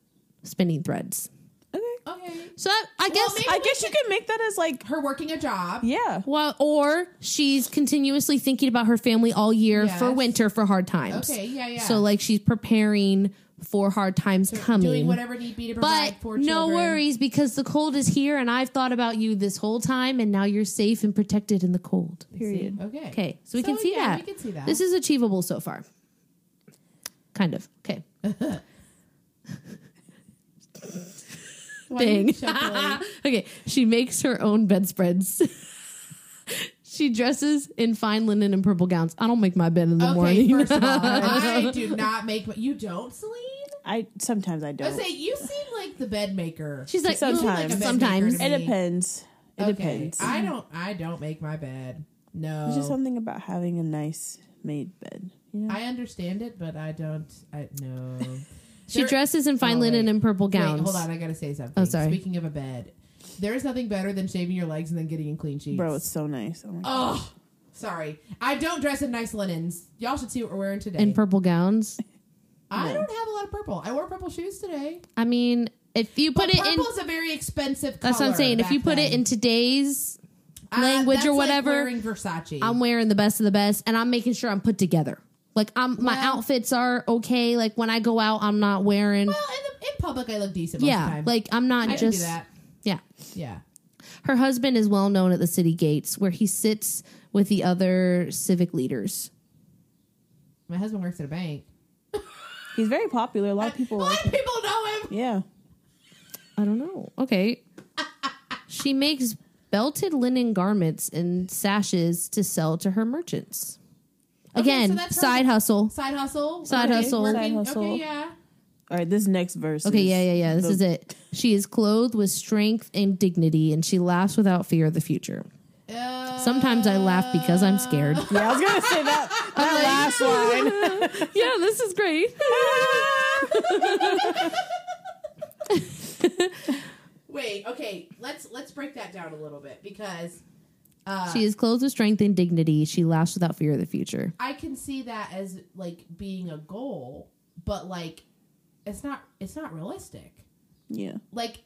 Speaker 4: spinning threads.
Speaker 2: okay.
Speaker 3: okay.
Speaker 4: So that, I guess
Speaker 3: maybe
Speaker 2: I guess you can make that as like,
Speaker 3: her working a job.
Speaker 2: yeah,
Speaker 4: Well, or she's continuously thinking about her family all year
Speaker 3: Yes.
Speaker 4: for winter for hard times.
Speaker 3: Okay, yeah, yeah.
Speaker 4: So like she's preparing for hard times coming.
Speaker 3: Doing whatever need be to provide
Speaker 4: but
Speaker 3: for
Speaker 4: no
Speaker 3: children.
Speaker 4: worries because the cold is here and I've thought about you this whole time and now you're safe and protected in the cold.
Speaker 2: period.
Speaker 3: Okay.
Speaker 4: Okay. So we
Speaker 3: So,
Speaker 4: can see
Speaker 3: yeah,
Speaker 4: that.
Speaker 3: we can see that.
Speaker 4: This is achievable so far. Kind of. Okay.
Speaker 3: Why are you
Speaker 4: thing.
Speaker 3: chuckling?
Speaker 4: okay, she makes her own bedspreads. she dresses in fine linen and purple gowns. I don't make my bed in the
Speaker 3: okay.
Speaker 4: morning.
Speaker 3: First of all, I do not make. You don't, Celine.
Speaker 2: I sometimes I
Speaker 3: I
Speaker 2: don't.
Speaker 3: say you seem like the bed maker.
Speaker 4: She's like,
Speaker 2: Sometimes.
Speaker 4: "Mm,
Speaker 2: Like a bed
Speaker 4: sometimes.
Speaker 3: maker
Speaker 2: It
Speaker 3: me.
Speaker 2: depends. It
Speaker 3: okay.
Speaker 2: depends.
Speaker 3: I don't. I don't make my bed. No.
Speaker 2: There's just something about having a nice made bed. You know?
Speaker 3: I understand it, but I don't. I no.
Speaker 4: She
Speaker 3: There-
Speaker 4: dresses in fine
Speaker 3: Oh,
Speaker 4: linen
Speaker 3: wait.
Speaker 4: and purple gowns.
Speaker 3: Wait, hold on, I gotta say something.
Speaker 4: Oh, sorry.
Speaker 3: Speaking of a bed, there is nothing better than shaving your legs and then getting in clean sheets.
Speaker 2: Bro, it's so nice. Oh my
Speaker 4: Uh,
Speaker 2: God.
Speaker 3: oh, sorry. I don't dress in nice linens. Y'all should see what we're wearing today.
Speaker 4: And purple gowns.
Speaker 3: I don't have a lot of purple. I wore purple shoes today.
Speaker 4: I mean, if you put
Speaker 3: But
Speaker 4: it in,
Speaker 3: purple's a very expensive. Color Uh,
Speaker 4: that's what I'm saying. If you put it in today's, language or whatever,
Speaker 3: like wearing Versace.
Speaker 4: I'm wearing the best of the best, and I'm making sure I'm put together. Like I'm, my
Speaker 3: Well-
Speaker 4: outfits are okay. Like when I go out, I'm not wearing.
Speaker 3: well in, the, in public. I look decent. Most of the
Speaker 4: yeah,
Speaker 3: time.
Speaker 4: like I'm
Speaker 3: I
Speaker 4: not
Speaker 3: didn't
Speaker 4: just.
Speaker 3: do that.
Speaker 4: Yeah,
Speaker 3: Yeah.
Speaker 4: her husband is well known at the city gates, where he sits with the other civic leaders.
Speaker 3: My husband works at a bank.
Speaker 2: He's very popular. A lot of people
Speaker 3: a
Speaker 2: like
Speaker 3: lot of people know him.
Speaker 2: Yeah.
Speaker 4: I don't know. Okay. she makes belted linen garments and sashes to sell to her merchants.
Speaker 3: Okay,
Speaker 4: Again,
Speaker 3: so that's her-
Speaker 4: side hustle.
Speaker 3: Side hustle.
Speaker 4: Side
Speaker 3: working-
Speaker 4: hustle.
Speaker 3: working-
Speaker 2: Side hustle.
Speaker 3: Okay, yeah.
Speaker 2: All right, this next verse.
Speaker 4: Okay, yeah, yeah, yeah. This
Speaker 2: the-
Speaker 4: is it. She is clothed with strength and dignity, and she laughs without fear of the future.
Speaker 3: Uh,
Speaker 4: Sometimes I laugh because I'm scared.
Speaker 2: Yeah, I was gonna say that that last line.
Speaker 4: yeah, this is great.
Speaker 3: Wait, okay. Let's let's break that down a little bit because uh,
Speaker 4: she is clothed with strength and dignity. She laughs without fear of the future.
Speaker 3: I can see that as like being a goal, but like it's not it's not realistic.
Speaker 2: Yeah.
Speaker 3: Like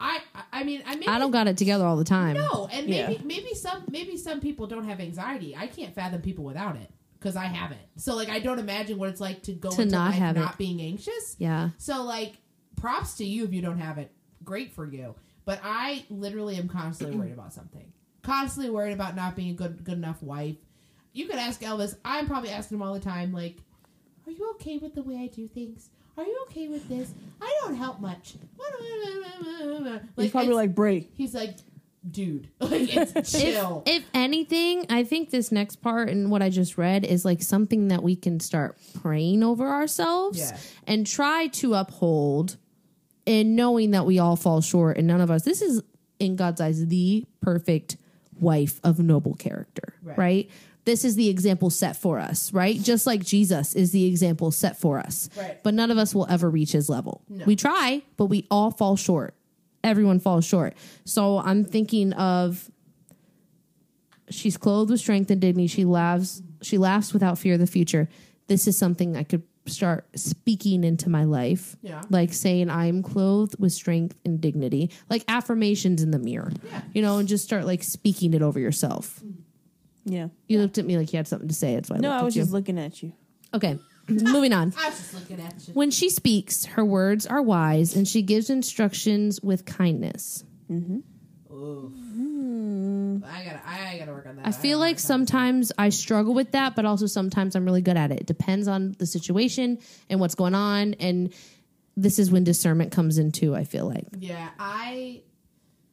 Speaker 3: I I- I mean I maybe,
Speaker 4: I don't got it together all the time.
Speaker 3: no, and maybe
Speaker 2: Yeah.
Speaker 3: maybe some maybe some people don't have anxiety. I can't fathom people without it because I haven't. So like I don't imagine what it's like to go
Speaker 4: To
Speaker 3: into
Speaker 4: not
Speaker 3: life
Speaker 4: have
Speaker 3: not
Speaker 4: it.
Speaker 3: being anxious.
Speaker 4: Yeah.
Speaker 3: So like props to you if you don't have it. Great for you. But I literally am constantly worried about something. Constantly worried about not being a good good enough wife. You could ask Elvis. I'm probably asking him all the time like, "Are you okay with the way I do things? Are you okay with this? I don't help much."
Speaker 2: He's probably
Speaker 3: it's-
Speaker 2: like Bray.
Speaker 3: he's like, "Dude, like it's chill."
Speaker 4: If, if anything, I think this next part and what I just read is like something that we can start praying over ourselves
Speaker 3: Yeah.
Speaker 4: and try to uphold and knowing that we all fall short and none of us this is in God's eyes the perfect wife of noble character,
Speaker 3: Right.
Speaker 4: right? This is the example set for us, right? Just like Jesus is the example set for us.
Speaker 3: Right.
Speaker 4: But none of us will ever reach his level. We try, but we all fall short. Everyone falls short. So I'm thinking of She's clothed with strength and dignity. She laughs. She laughs without fear of the future. This is something I could start speaking into my life.
Speaker 3: Yeah.
Speaker 4: Like saying I'm clothed with strength and dignity. Like affirmations in the mirror.
Speaker 3: Yeah.
Speaker 4: You know, and just start like speaking it over yourself.
Speaker 2: Yeah.
Speaker 4: You looked at me like you had something to say. That's why I
Speaker 2: No,
Speaker 4: looked
Speaker 2: I was
Speaker 4: at
Speaker 2: just
Speaker 4: you.
Speaker 2: looking at you.
Speaker 4: okay. Moving on.
Speaker 3: I was just looking at you.
Speaker 4: When she speaks, her words are wise and she gives instructions with kindness.
Speaker 3: Oof.
Speaker 2: Hmm.
Speaker 3: I gotta, I gotta work on that.
Speaker 4: I feel like sometimes I struggle with that, but also sometimes I'm really good at it. It depends on the situation and what's going on. And this is when discernment comes in too, I feel like.
Speaker 3: Yeah, I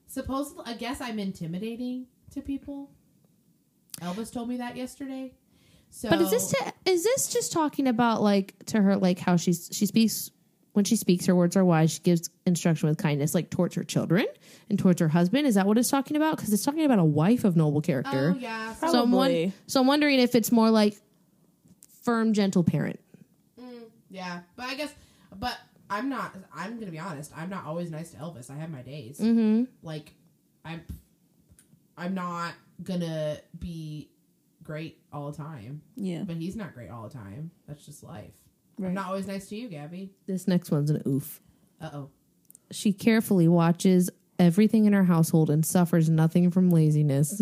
Speaker 3: suppose I guess I'm intimidating to people. Elvis told me that yesterday. So,
Speaker 4: But is this to, is this just talking about like to her like how she's she speaks when she speaks her words are wise, she gives instruction with kindness, like towards her children and towards her husband. Is that what it's talking about? Because it's talking about a wife of noble character.
Speaker 3: Oh yeah, so-
Speaker 4: So I'm, won-
Speaker 2: Probably.
Speaker 4: so I'm wondering if it's more like firm, gentle parent.
Speaker 3: yeah. But I guess, but I'm not. I'm gonna be honest. I'm not always nice to Elvis. I have my days.
Speaker 4: Mm-hmm.
Speaker 3: Like, I'm, I'm not gonna be great all the time.
Speaker 2: Yeah.
Speaker 3: But he's not great all the time. That's just life.
Speaker 2: Right.
Speaker 3: I'm not always nice to you, Gabby.
Speaker 4: This next one's an oof.
Speaker 3: Uh oh.
Speaker 4: She carefully watches everything in her household and suffers nothing from laziness.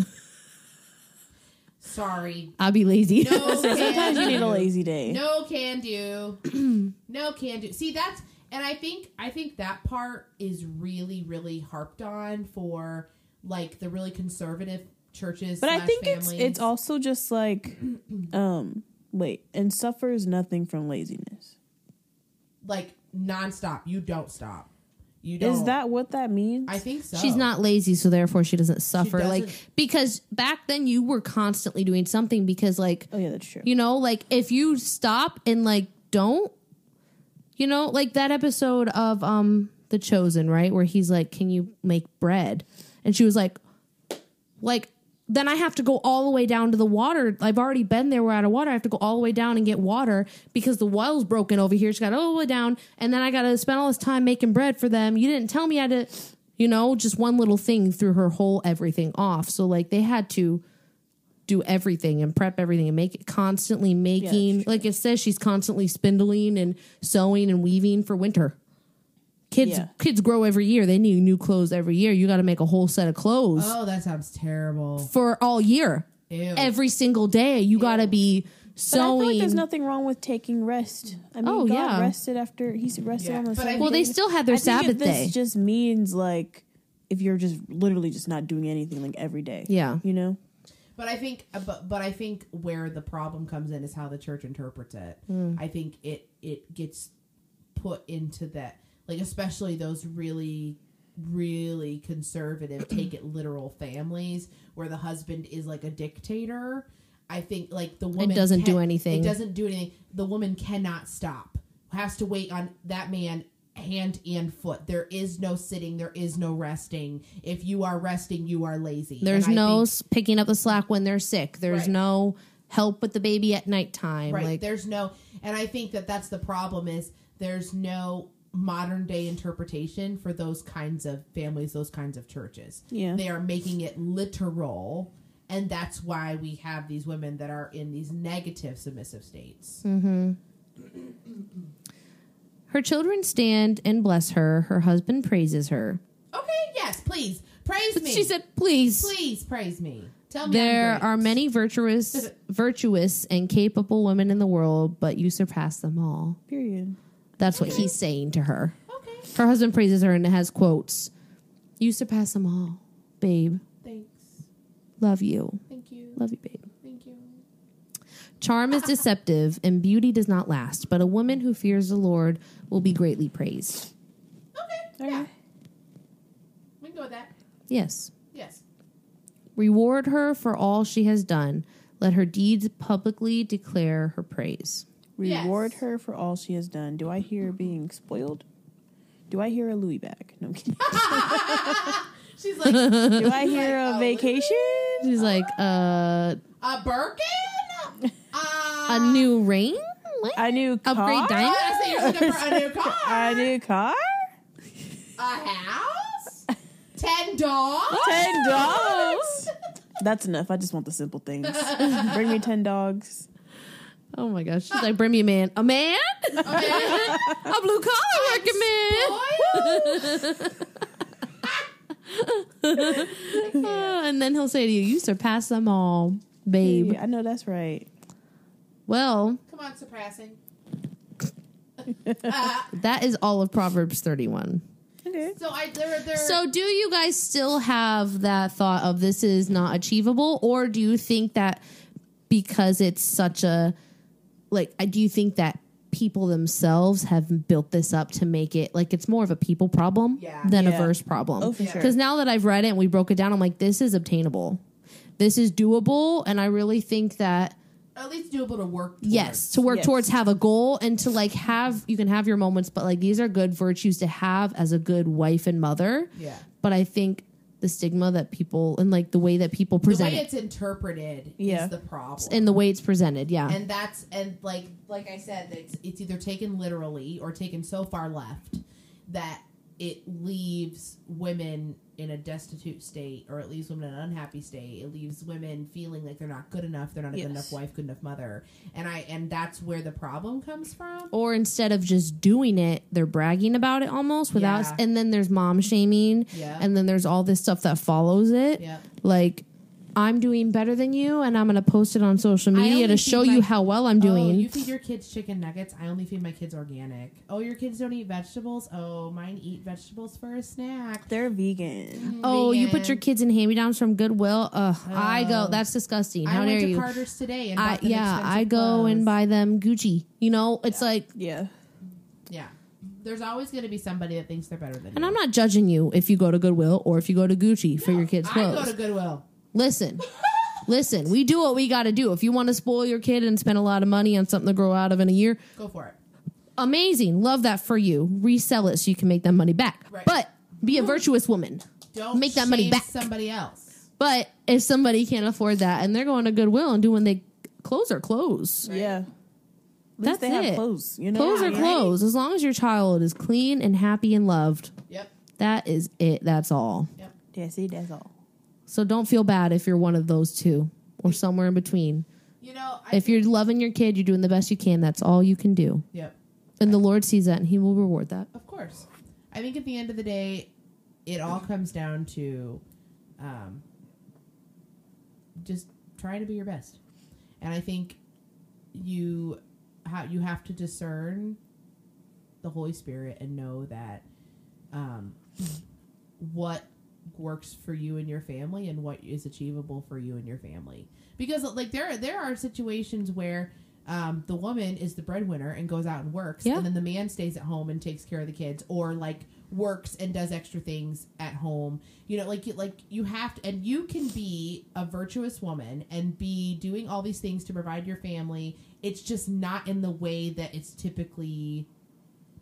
Speaker 3: Sorry.
Speaker 4: I'll be lazy.
Speaker 3: No.
Speaker 2: Sometimes you need a lazy day.
Speaker 3: No can do. no can do. See, that's and I think I think that part is really really harped on for like the really conservative churches.
Speaker 2: But I
Speaker 3: slash
Speaker 2: think it's
Speaker 3: families.
Speaker 2: it's also just like um wait, and suffers nothing from laziness.
Speaker 3: like nonstop. You don't stop. You don't.
Speaker 2: Is that what that means?
Speaker 3: I think so.
Speaker 4: She's not lazy, so therefore she doesn't suffer. like
Speaker 3: doesn't-
Speaker 4: because back then you were constantly doing something because like
Speaker 2: oh yeah, that's true.
Speaker 4: you know, like if you stop and like don't you know, like that episode of um The Chosen, right? Where he's like, Can you make bread? And she was like like then I have to go all the way down to the water. I've already been there. We're out of water. I have to go all the way down and get water because the well's broken over here. It's got all the way down. And then I got to spend all this time making bread for them. You didn't tell me I had to, you know, just one little thing threw her whole everything off. So, like, they had to do everything and prep everything and make it constantly making, like it says, she's constantly spindling and sewing and weaving for winter. Kids,
Speaker 2: Yeah.
Speaker 4: kids grow every year. They need new clothes every year. You got to make a whole set of clothes
Speaker 3: Oh, that sounds terrible.
Speaker 4: for all year.
Speaker 3: Ew.
Speaker 4: Every single day, you got to be
Speaker 2: But I feel like
Speaker 4: sewing.
Speaker 2: there's nothing wrong with taking rest. I mean,
Speaker 4: Oh,
Speaker 2: God
Speaker 4: yeah.
Speaker 2: rested after he's rested
Speaker 3: Yeah.
Speaker 2: on the
Speaker 3: But I
Speaker 2: Sabbath
Speaker 4: well, they
Speaker 2: day.
Speaker 4: still had their
Speaker 2: I think
Speaker 4: Sabbath
Speaker 2: if this
Speaker 4: day.
Speaker 2: just means like if you're just literally just not doing anything like every day.
Speaker 4: Yeah.
Speaker 2: You know?
Speaker 3: But I think, uh, but, but I think where the problem comes in is how the church interprets it.
Speaker 4: Hmm.
Speaker 3: I think it it gets put into that, like especially those really, really conservative, take it literal families where the husband is like a dictator. I think like the woman
Speaker 4: doesn't do
Speaker 3: can-
Speaker 4: anything.
Speaker 3: It doesn't do anything. The woman cannot stop. Has to wait on that man hand and foot. There is no sitting. There is no resting. If you are resting, you are lazy.
Speaker 4: There's
Speaker 3: And I
Speaker 4: no
Speaker 3: think-
Speaker 4: s picking up the slack when they're sick. There's
Speaker 3: Right.
Speaker 4: no help with the baby at nighttime.
Speaker 3: right
Speaker 4: Like,
Speaker 3: there's no and i think that that's the problem is there's no modern day interpretation for those kinds of families those kinds of churches
Speaker 2: Yeah.
Speaker 3: they are making it literal and that's why we have these women that are in these negative submissive states
Speaker 4: Mm. her children stand and bless her. Her husband praises her.
Speaker 3: okay yes please praise me
Speaker 4: She said, "Please."
Speaker 3: please praise me tell me I'm
Speaker 4: There
Speaker 3: great."
Speaker 4: are many virtuous, virtuous and capable women in the world, but you surpass them all.
Speaker 2: Period.
Speaker 4: That's what he's saying to her.
Speaker 3: okay
Speaker 4: Her husband praises her and has quotes. You surpass them all, babe.
Speaker 3: thanks
Speaker 4: Love you.
Speaker 3: thank you
Speaker 4: Love you, babe.
Speaker 3: thank you
Speaker 4: Charm is deceptive and beauty does not last, but a woman who fears the Lord will be greatly praised.
Speaker 3: okay
Speaker 2: All
Speaker 3: yeah
Speaker 2: right.
Speaker 3: we can go with that
Speaker 4: Yes.
Speaker 3: yes
Speaker 4: Reward her for all she has done. Let her deeds publicly declare her praise.
Speaker 3: Yes.
Speaker 2: Reward her for all she has done. Do I
Speaker 4: Mm-hmm.
Speaker 2: hear being spoiled? Do I hear a Louis bag? No I'm kidding.
Speaker 3: she's like a
Speaker 2: Do I hear
Speaker 3: Like,
Speaker 2: a
Speaker 3: oh,
Speaker 2: vacation?
Speaker 4: She's like, uh,
Speaker 3: birkin uh,
Speaker 4: a new ring? Like,
Speaker 2: A new car?
Speaker 4: upgrade diamond?
Speaker 3: I say you're looking for a new car,
Speaker 2: A new car?
Speaker 3: a house, ten dogs.
Speaker 2: Ten dogs? That's enough. I just want the simple things. Bring me ten dogs.
Speaker 4: Oh my gosh. She's like, bring me a man. A man? a blue collar working man. Uh, and then he'll say to you, you surpass them all, babe.
Speaker 2: I know that's right.
Speaker 4: Well,
Speaker 3: Come on, surpassing.
Speaker 4: that is all of Proverbs 31.
Speaker 2: Okay.
Speaker 3: So I there there.
Speaker 4: So, do you guys still have that thought of this is not achievable, or do you think that because it's such a like, I- do you think that people themselves have built this up to make it like it's more of a people problem
Speaker 3: Yeah.
Speaker 4: than a
Speaker 2: Yeah.
Speaker 4: verse problem?
Speaker 2: Oh, for sure.
Speaker 4: Because now that I've read it and we broke it down, I'm like, this is obtainable, this is doable, and I really think that
Speaker 3: at least do able to work. towards.
Speaker 4: yes to work
Speaker 2: Yes.
Speaker 4: towards have a goal and to like have you can have your moments but like these are good virtues to have as a good wife and mother
Speaker 3: Yeah.
Speaker 4: but i think the stigma that people and like the way that people
Speaker 3: The
Speaker 4: present
Speaker 3: way
Speaker 4: it
Speaker 3: it's interpreted
Speaker 2: Yeah.
Speaker 3: is the problem.
Speaker 4: and the way it's uh, presented yeah
Speaker 3: and that's and like like I said, it's it's either taken literally or taken so far left that it leaves women in a destitute state, or it leaves women in an unhappy state. It leaves women feeling like they're not good enough, they're not a
Speaker 2: Yes.
Speaker 3: good enough wife, good enough mother, and I and that's where the problem comes from.
Speaker 4: or instead of just doing it they're bragging about it almost without
Speaker 3: Yeah.
Speaker 4: and then there's mom shaming
Speaker 3: Yeah.
Speaker 4: and then there's all this stuff that follows it
Speaker 3: Yep.
Speaker 4: like i'm doing better than you and i'm going to post it on social media
Speaker 3: only
Speaker 4: to show
Speaker 3: feed
Speaker 4: you
Speaker 3: my-
Speaker 4: how well i'm doing
Speaker 3: Oh, you feed your kids chicken nuggets. I only feed my kids organic. Oh, your kids don't eat vegetables. Oh, mine eat vegetables for a snack.
Speaker 2: They're vegan.
Speaker 4: Oh, you
Speaker 3: Vegan. Oh.
Speaker 4: put your kids in hand-me-downs from Goodwill. Ugh, I go. That's disgusting. How
Speaker 3: I
Speaker 4: dare
Speaker 3: went to
Speaker 4: you?
Speaker 3: Carter's today and
Speaker 4: I,
Speaker 3: bought them
Speaker 4: yeah,
Speaker 3: expensive
Speaker 4: I go and
Speaker 3: clothes.
Speaker 4: buy them Gucci. You know, it's like,
Speaker 2: Yeah.
Speaker 3: Yeah. There's always going to be somebody that thinks they're better than
Speaker 4: and
Speaker 3: you.
Speaker 4: I'm not judging you if you go to Goodwill or if you go to Gucci for your kids'
Speaker 3: I
Speaker 4: clothes.
Speaker 3: go to Goodwill.
Speaker 4: listen, listen. We do what we got to do. If you want to spoil your kid and spend a lot of money on something to grow out of in a year,
Speaker 3: Go for it.
Speaker 4: amazing. Love that for you. Resell it so you can make that money back.
Speaker 3: Right.
Speaker 4: But be a virtuous woman.
Speaker 3: Don't
Speaker 4: Make that money
Speaker 3: shame
Speaker 4: back.
Speaker 3: Somebody else.
Speaker 4: But if somebody can't afford that and they're going to Goodwill and doing they clothes are clothes.
Speaker 2: Yeah. At least
Speaker 4: That's
Speaker 2: they have
Speaker 4: it.
Speaker 2: clothes, you know.
Speaker 4: Clothes are
Speaker 2: Yeah.
Speaker 4: clothes. As long as your child is clean and happy and loved,
Speaker 3: Yep.
Speaker 4: that is it. That's all.
Speaker 3: Yep.
Speaker 2: Yeah, see, that's all.
Speaker 4: So don't feel bad if you're one of those two or somewhere in between.
Speaker 3: You know, I,
Speaker 4: If you're loving your kid, you're doing the best you can. That's all you can do.
Speaker 3: yep.
Speaker 4: And the Lord sees that and He will reward that.
Speaker 3: Of course. I think at the end of the day, it all comes down to um, just trying to be your best. And I think you how you have to discern the Holy Spirit and know that um, what works for you and your family and what is achievable for you and your family. Because like there there are situations where um, the woman is the breadwinner and goes out and works,
Speaker 4: Yeah.
Speaker 3: and then the man stays at home and takes care of the kids, or like works and does extra things at home. You know, like you like you have to, and you can be a virtuous woman and be doing all these things to provide your family. It's just not in the way that it's typically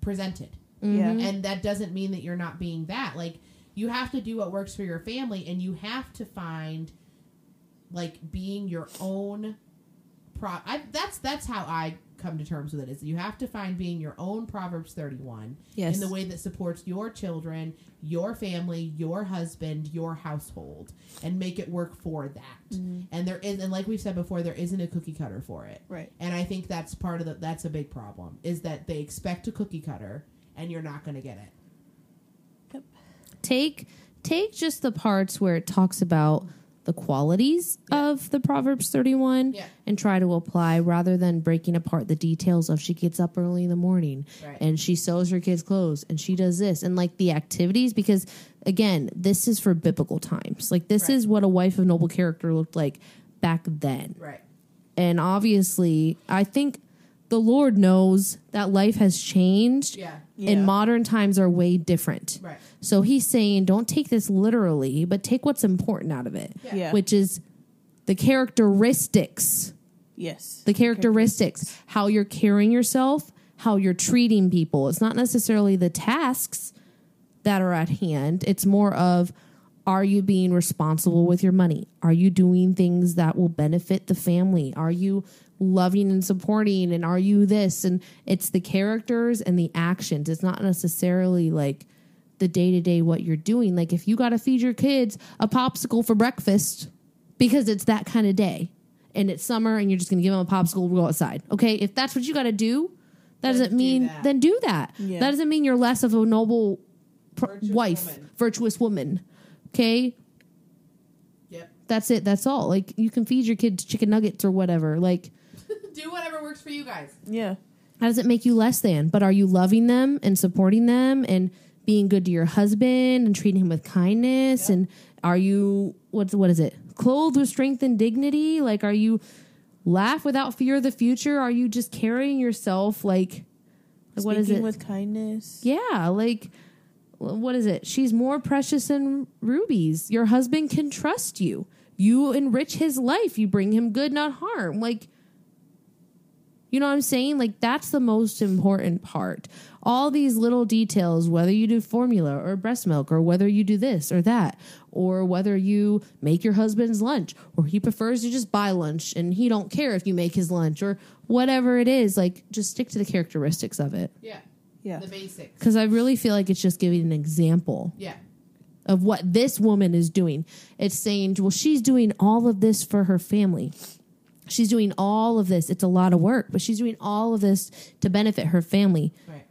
Speaker 3: presented
Speaker 4: Mm-hmm.
Speaker 2: Yeah.
Speaker 3: and that doesn't mean that you're not being that like you have to do what works for your family and you have to find like being your own pro I, that's that's how i come to terms with it is you have to find being your own proverbs 31
Speaker 4: Yes.
Speaker 3: in the way that supports your children your family your husband your household and make it work for that and there is and like we've said before there isn't a cookie cutter for it
Speaker 2: Right.
Speaker 3: and I think that's part of the that's a big problem is that they expect a cookie cutter and you're not going to get it.
Speaker 4: take take just the parts where it talks about the qualities of the proverbs 31
Speaker 3: Yeah.
Speaker 4: and try to apply rather than breaking apart the details of she gets up early in the morning
Speaker 3: Right.
Speaker 4: and she sews her kids clothes and she does this and like the activities because again this is for biblical times like this
Speaker 3: Right.
Speaker 4: is what a wife of noble character looked like back then
Speaker 3: Right.
Speaker 4: and obviously i think the lord knows that life has changed
Speaker 3: Yeah.
Speaker 2: Yeah.
Speaker 4: and modern times are way different
Speaker 3: Right.
Speaker 4: so he's saying, don't take this literally, but take what's important out of it,
Speaker 3: Yeah.
Speaker 2: Yeah.
Speaker 4: which is the characteristics,
Speaker 2: Yes.
Speaker 4: the characteristics, how you're carrying yourself, how you're treating people. It's not necessarily the tasks that are at hand, it's more of are you being responsible with your money? Are you doing things that will benefit the family? Are you loving and supporting? And are you this? And it's the characters and the actions. It's not necessarily like the day to day what you're doing. Like if you got to feed your kids a popsicle for breakfast because it's that kind of day and it's summer and you're just going to give them a popsicle, go outside. Okay. If that's what you got to do, that doesn't
Speaker 3: do
Speaker 4: mean,
Speaker 3: that.
Speaker 4: then do that.
Speaker 2: Yeah.
Speaker 4: That doesn't mean you're less of a noble pr-
Speaker 3: Virtuous
Speaker 4: wife,
Speaker 3: woman.
Speaker 4: virtuous woman. Okay.
Speaker 3: Yep.
Speaker 4: That's it. That's all. Like you can feed your kids chicken nuggets or whatever. Like
Speaker 3: Do whatever works for you guys.
Speaker 2: Yeah.
Speaker 4: that doesn't make you less than, but are you loving them and supporting them and being good to your husband and treating him with kindness?
Speaker 3: Yeah.
Speaker 4: And are you what's what is it? Clothed with strength and dignity? Like are you laugh without fear of the future? Are you just carrying yourself like like, what is
Speaker 2: Speaking
Speaker 4: it?
Speaker 2: With kindness.
Speaker 4: Yeah, like wh- what is it? She's more precious than rubies. Your husband can trust you. You enrich his life. You bring him good, not harm. Like you know what I'm saying? Like that's the most important part. All these little details, whether you do formula or breast milk or whether you do this or that or whether you make your husband's lunch or he prefers to just buy lunch and he don't care if you make his lunch or whatever it is, like just stick to the characteristics of it
Speaker 3: Yeah.
Speaker 2: Yeah.
Speaker 3: The basics.
Speaker 4: because I really feel like it's just giving an example
Speaker 3: Yeah.
Speaker 4: of what this woman is doing. It's saying, well, she's doing all of this for her family. She's doing all of this. It's a lot of work, but she's doing all of this to benefit her family.
Speaker 3: Right.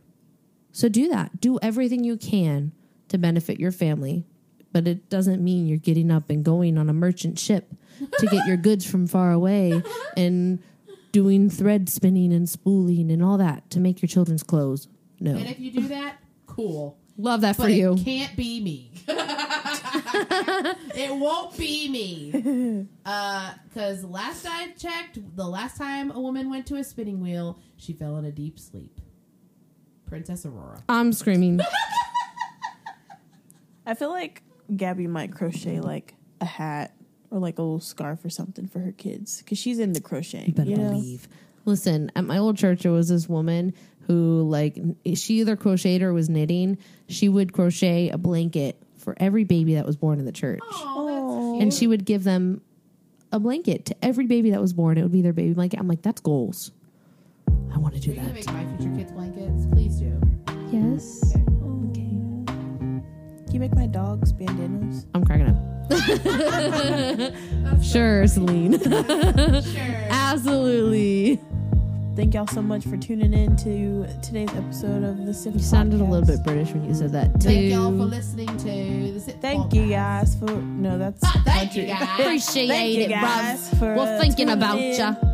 Speaker 4: So do that. Do everything you can to benefit your family. But it doesn't mean you're getting up and going on a merchant ship to get your goods from far away and doing thread spinning and spooling and all that to make your children's clothes. No.
Speaker 3: And if you do that, cool.
Speaker 4: Love that for
Speaker 3: but
Speaker 4: you.
Speaker 3: it can't be me. it won't be me. Because last I checked, the last time a woman went to a spinning wheel, she fell in a deep sleep. Princess Aurora.
Speaker 4: I'm screaming.
Speaker 2: I feel like Gabby might crochet like a hat or like a little scarf or something for her kids because she's into crocheting. You
Speaker 4: better
Speaker 2: know?
Speaker 4: believe. Listen, at my old church, there was this woman who, like, she either crocheted or was knitting. She would crochet a blanket for every baby that was born in the church.
Speaker 3: Oh,
Speaker 4: and she would give them a blanket to every baby that was born. It would be their baby blanket. I'm like, that's goals. I want to
Speaker 3: Are
Speaker 4: do
Speaker 3: you gonna make
Speaker 4: that.
Speaker 3: my future kids blankets? Please do.
Speaker 4: Yes.
Speaker 2: Okay. Can you make my dogs bandanas?
Speaker 4: I'm cracking up.
Speaker 3: That's so
Speaker 4: Sure, Celine.
Speaker 3: funny. sure.
Speaker 4: Absolutely.
Speaker 2: Thank y'all so much for tuning in to today's episode of the Sif.
Speaker 4: You sounded a little
Speaker 2: Podcast.
Speaker 4: bit British when you said that too.
Speaker 3: Thank y'all for listening to the Sit
Speaker 2: Thank
Speaker 3: Podcast.
Speaker 2: you guys for no, that's
Speaker 3: Ah, thank you
Speaker 2: country.
Speaker 3: guys.
Speaker 4: Appreciate
Speaker 2: Thank you
Speaker 4: it, bruv.
Speaker 2: guys for
Speaker 4: We're
Speaker 2: uh,
Speaker 4: thinking
Speaker 2: tuning
Speaker 4: about
Speaker 2: in.
Speaker 4: ya.